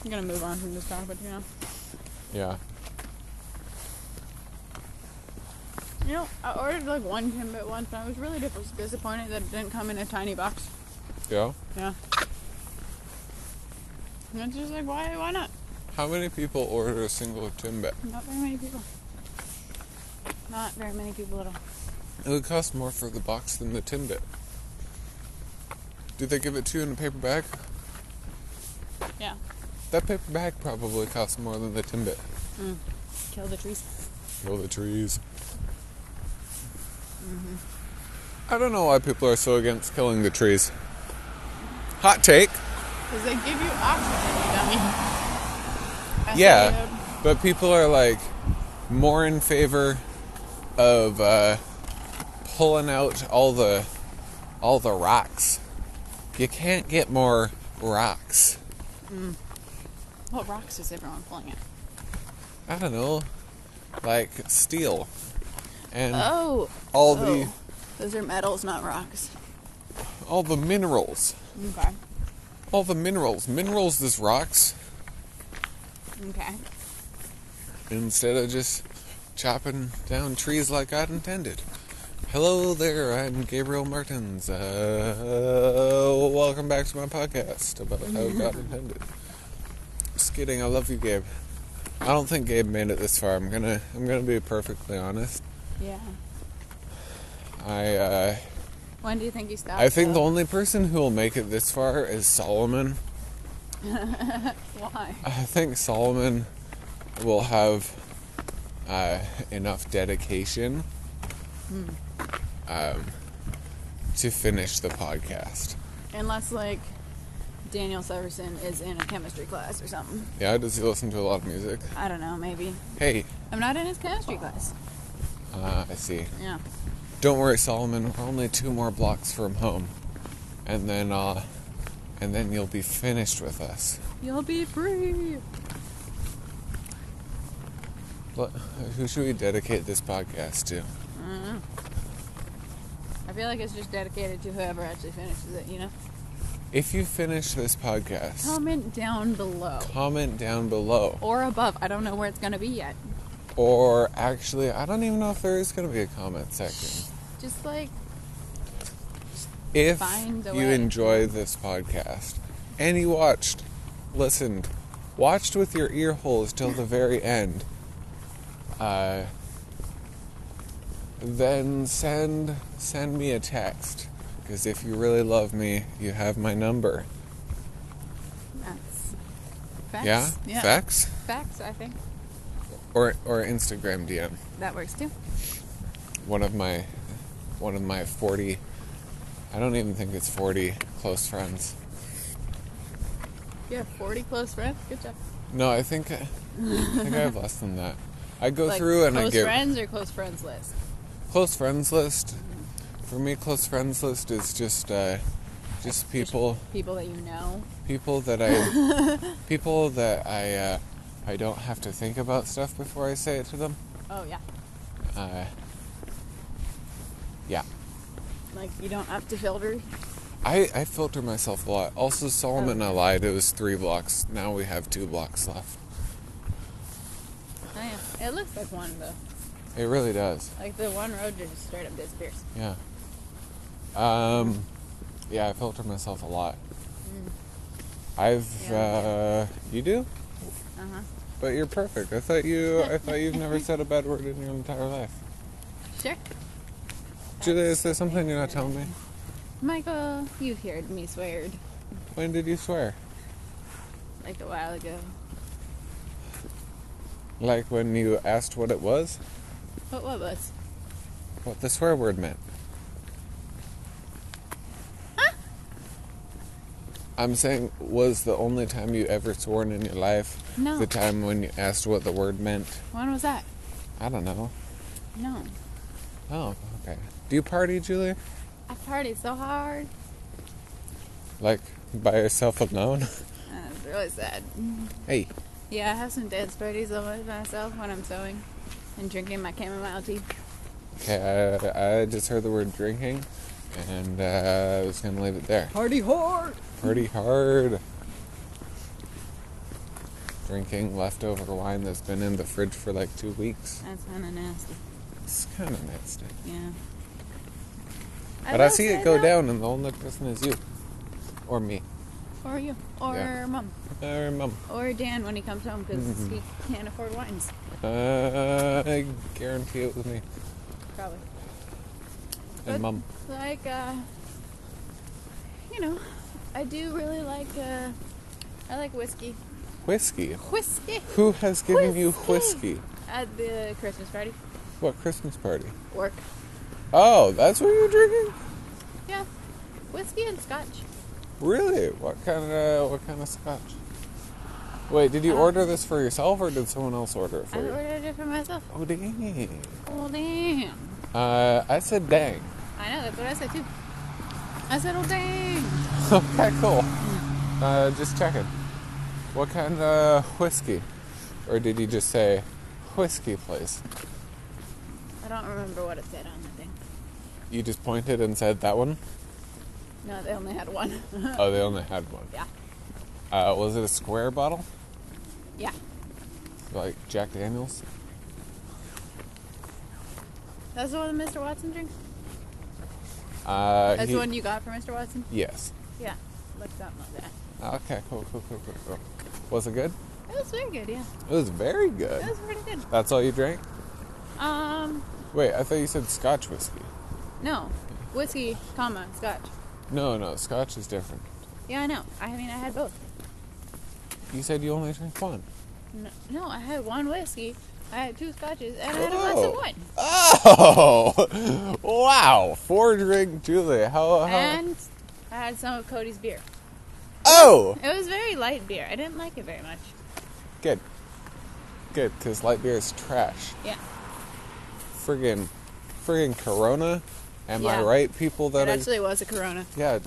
[SPEAKER 2] I'm gonna move on from this topic, you know.
[SPEAKER 1] Yeah.
[SPEAKER 2] You know, I ordered like one Timbit once, and I was really dis- disappointed that it didn't come in a tiny box.
[SPEAKER 1] Yeah.
[SPEAKER 2] Yeah. And it's just like, why? Why not?
[SPEAKER 1] How many people order a single Timbit?
[SPEAKER 2] Not very many people. Not very many people at all.
[SPEAKER 1] It would cost more for the box than the Timbit. Did they give it to you in a paper bag?
[SPEAKER 2] Yeah.
[SPEAKER 1] That paper bag probably costs more than the Timbit.
[SPEAKER 2] Kill the trees.
[SPEAKER 1] Kill the trees. Mm-hmm. I don't know why people are so against killing the trees. Hot take.
[SPEAKER 2] Because they give you oxygen, you dummy. That's
[SPEAKER 1] yeah,
[SPEAKER 2] what
[SPEAKER 1] but people are like more in favor of uh, pulling out all the all the rocks. You can't get more rocks.
[SPEAKER 2] they- What rocks is everyone pulling at?
[SPEAKER 1] I don't know, like steel and
[SPEAKER 2] Oh.
[SPEAKER 1] all
[SPEAKER 2] oh.
[SPEAKER 1] the
[SPEAKER 2] Those are metals, not rocks.
[SPEAKER 1] all the minerals.
[SPEAKER 2] Okay.
[SPEAKER 1] All the minerals. Minerals is rocks
[SPEAKER 2] Okay.
[SPEAKER 1] instead of just chopping down trees like God intended. Hello there, I'm Gabriel Martins. Uh, welcome back to my podcast about how God intended. Just kidding, I love you, Gabe. I don't think Gabe made it this far. I'm gonna I'm gonna be perfectly honest.
[SPEAKER 2] Yeah.
[SPEAKER 1] I uh,
[SPEAKER 2] When do you think you stopped?
[SPEAKER 1] I think the
[SPEAKER 2] though?
[SPEAKER 1] only person who will make it this far is Solomon.
[SPEAKER 2] Why?
[SPEAKER 1] I think Solomon will have uh, enough dedication um, to finish the podcast.
[SPEAKER 2] Unless, like, Daniel Severson is in a chemistry class or something.
[SPEAKER 1] Yeah, does he listen to a lot of music?
[SPEAKER 2] I don't know, maybe.
[SPEAKER 1] Hey,
[SPEAKER 2] I'm not in his chemistry class.
[SPEAKER 1] uh, I see.
[SPEAKER 2] Yeah.
[SPEAKER 1] Don't worry, Solomon. We're only two more blocks from home, and then uh, and then you'll be finished with us.
[SPEAKER 2] You'll be free.
[SPEAKER 1] What- Who should we dedicate this podcast to?
[SPEAKER 2] Mm. I feel like it's just dedicated to whoever actually finishes it, you know?
[SPEAKER 1] If you finish this podcast,
[SPEAKER 2] Comment down below.
[SPEAKER 1] comment down below.
[SPEAKER 2] Or above. I don't know where it's going to be yet.
[SPEAKER 1] Or actually, I don't even know if there is going to be a comment section.
[SPEAKER 2] Just like,
[SPEAKER 1] If
[SPEAKER 2] Find a
[SPEAKER 1] you
[SPEAKER 2] way.
[SPEAKER 1] enjoy this podcast and you watched, listened, watched with your ear holes till the very end, uh, then send send me a text because if you really love me, you have my number.
[SPEAKER 2] that's facts.
[SPEAKER 1] Yeah,
[SPEAKER 2] Yeah.
[SPEAKER 1] fax
[SPEAKER 2] Facts, I think.
[SPEAKER 1] or or Instagram DM.
[SPEAKER 2] That works too.
[SPEAKER 1] one of my one of my 40 I don't even think it's 40 close friends.
[SPEAKER 2] You have 40 close friends? Good job.
[SPEAKER 1] No, I think I think I have less than that. I go
[SPEAKER 2] Like,
[SPEAKER 1] through and I
[SPEAKER 2] close
[SPEAKER 1] give
[SPEAKER 2] friends or close friends list?
[SPEAKER 1] close friends list. For me, close friends list is just uh, just people
[SPEAKER 2] People that you know.
[SPEAKER 1] people that I people that I uh, I don't have to think about stuff before I say it to them.
[SPEAKER 2] Oh, yeah.
[SPEAKER 1] Uh, yeah.
[SPEAKER 2] Like, you don't have to filter.
[SPEAKER 1] I, I filter myself a lot. Also, Solomon, I lied. It was three blocks. Now we have two blocks left.
[SPEAKER 2] Oh, yeah. It looks like one, though.
[SPEAKER 1] It really does.
[SPEAKER 2] Like, the one road just straight up disappears.
[SPEAKER 1] Yeah. Um, yeah, I filter myself a lot. I've
[SPEAKER 2] Mm. Yeah.
[SPEAKER 1] uh, you do,
[SPEAKER 2] Uh huh.
[SPEAKER 1] but you're perfect. I thought you I thought you've never said a bad word in your entire life.
[SPEAKER 2] Sure.
[SPEAKER 1] Julia, is there something you're not telling me?
[SPEAKER 2] Michael, you've heard me sweared
[SPEAKER 1] When did you swear?
[SPEAKER 2] like a while ago.
[SPEAKER 1] Like when you asked what it was,
[SPEAKER 2] What what was?
[SPEAKER 1] what the swear word meant. I'm saying was the only time you ever sworn in your life
[SPEAKER 2] No.
[SPEAKER 1] the time when you asked what the word meant.
[SPEAKER 2] When was that?
[SPEAKER 1] I don't know.
[SPEAKER 2] No.
[SPEAKER 1] Oh, okay. Do you party, Julia?
[SPEAKER 2] I partied so hard.
[SPEAKER 1] Like by yourself alone?
[SPEAKER 2] Uh, it's really sad.
[SPEAKER 1] hey,
[SPEAKER 2] Yeah, I have some dance parties all by myself when I'm sewing and drinking my chamomile tea.
[SPEAKER 1] okay, I, I just heard the word drinking and uh, I was gonna leave it there.
[SPEAKER 2] Party hard!
[SPEAKER 1] Party hard. Drinking leftover wine that's been in the fridge for like two weeks.
[SPEAKER 2] That's kind of nasty.
[SPEAKER 1] It's kind of nasty.
[SPEAKER 2] Yeah.
[SPEAKER 1] But I,
[SPEAKER 2] will
[SPEAKER 1] see
[SPEAKER 2] say
[SPEAKER 1] it go
[SPEAKER 2] though-
[SPEAKER 1] down, and the only person is you, or me, Uh,
[SPEAKER 2] Or you, or
[SPEAKER 1] Yeah.
[SPEAKER 2] mom,
[SPEAKER 1] or mom.
[SPEAKER 2] or Dan when he comes home because
[SPEAKER 1] Mhm.
[SPEAKER 2] he can't afford wines.
[SPEAKER 1] Uh, I guarantee it was me
[SPEAKER 2] Probably.
[SPEAKER 1] and
[SPEAKER 2] But-
[SPEAKER 1] mum.
[SPEAKER 2] like uh you know i do really like uh i like whiskey
[SPEAKER 1] Whiskey.
[SPEAKER 2] whiskey
[SPEAKER 1] Who has given you
[SPEAKER 2] Whiskey.
[SPEAKER 1] whiskey?
[SPEAKER 2] at the christmas party
[SPEAKER 1] What Christmas party?
[SPEAKER 2] work
[SPEAKER 1] Oh, that's what you're drinking.
[SPEAKER 2] yeah whiskey and scotch
[SPEAKER 1] Really? What kind of what kind of scotch? Wait, did you
[SPEAKER 2] Uh,
[SPEAKER 1] order this for yourself or did someone else order it for
[SPEAKER 2] i
[SPEAKER 1] you?
[SPEAKER 2] ordered it for myself
[SPEAKER 1] Oh dang!
[SPEAKER 2] oh damn
[SPEAKER 1] Uh, I said dang.
[SPEAKER 2] i know that's what i said too i said oh dang
[SPEAKER 1] okay, cool. Uh, just checking. What kind of whiskey? Or did you just say whiskey place?
[SPEAKER 2] i don't remember what it said on the thing
[SPEAKER 1] You just pointed and said that one.
[SPEAKER 2] no they only had one
[SPEAKER 1] Oh, they only had one.
[SPEAKER 2] yeah
[SPEAKER 1] Uh, was it a square bottle,
[SPEAKER 2] yeah
[SPEAKER 1] like Jack Daniels?
[SPEAKER 2] that's the one that mr watson drinks
[SPEAKER 1] Uh,
[SPEAKER 2] that's
[SPEAKER 1] he-
[SPEAKER 2] the one you got for mr watson
[SPEAKER 1] Yes.
[SPEAKER 2] yeah like something like that
[SPEAKER 1] Ah, Okay, cool, cool, cool, cool, cool. Was it good?
[SPEAKER 2] it was very good yeah
[SPEAKER 1] It was very good.
[SPEAKER 2] it was pretty good
[SPEAKER 1] That's all you drank?
[SPEAKER 2] Um,
[SPEAKER 1] Wait, I thought you said Scotch whiskey.
[SPEAKER 2] no, whiskey, comma scotch.
[SPEAKER 1] No, no, Scotch is different.
[SPEAKER 2] Yeah, I know. I mean, I had both.
[SPEAKER 1] You said you only drank one.
[SPEAKER 2] No, no I had one whiskey, I had two scotches, and I had a glass of
[SPEAKER 1] Oh.
[SPEAKER 2] wine
[SPEAKER 1] Oh, wow! Four drink Julie. How? how
[SPEAKER 2] and I had some of Cody's beer.
[SPEAKER 1] oh,
[SPEAKER 2] It was very light beer. I didn't like it very much.
[SPEAKER 1] good, good. Cause light beer is trash.
[SPEAKER 2] Yeah,
[SPEAKER 1] Friggin', friggin' Corona. Am I
[SPEAKER 2] Yeah.
[SPEAKER 1] right, people? That
[SPEAKER 2] it
[SPEAKER 1] is
[SPEAKER 2] actually was a Corona.
[SPEAKER 1] yeah.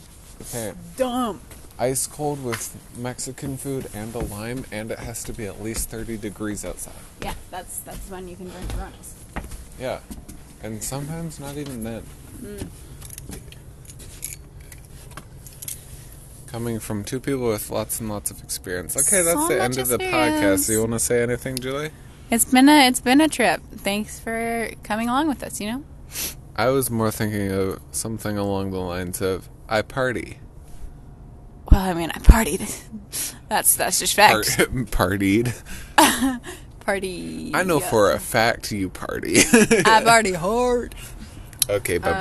[SPEAKER 1] Okay.
[SPEAKER 2] Dump.
[SPEAKER 1] Ice cold with Mexican food and a lime, and it has to be at least thirty degrees outside.
[SPEAKER 2] Yeah, that's that's when you can drink Coronas.
[SPEAKER 1] Yeah, and sometimes not even then. Coming from two people with lots and lots of experience. Okay, that's
[SPEAKER 2] So
[SPEAKER 1] the
[SPEAKER 2] much
[SPEAKER 1] end of the
[SPEAKER 2] experience.
[SPEAKER 1] podcast. Do you want to say anything, Julie?
[SPEAKER 2] It's been a it's been a trip. Thanks for coming along with us. You know.
[SPEAKER 1] I was more thinking of something along the lines of I party.
[SPEAKER 2] Well, I mean, I partied. that's that's just
[SPEAKER 1] Par-
[SPEAKER 2] fact.
[SPEAKER 1] partied.
[SPEAKER 2] Party.
[SPEAKER 1] I know for a fact you party.
[SPEAKER 2] I partied hard.
[SPEAKER 1] okay, bye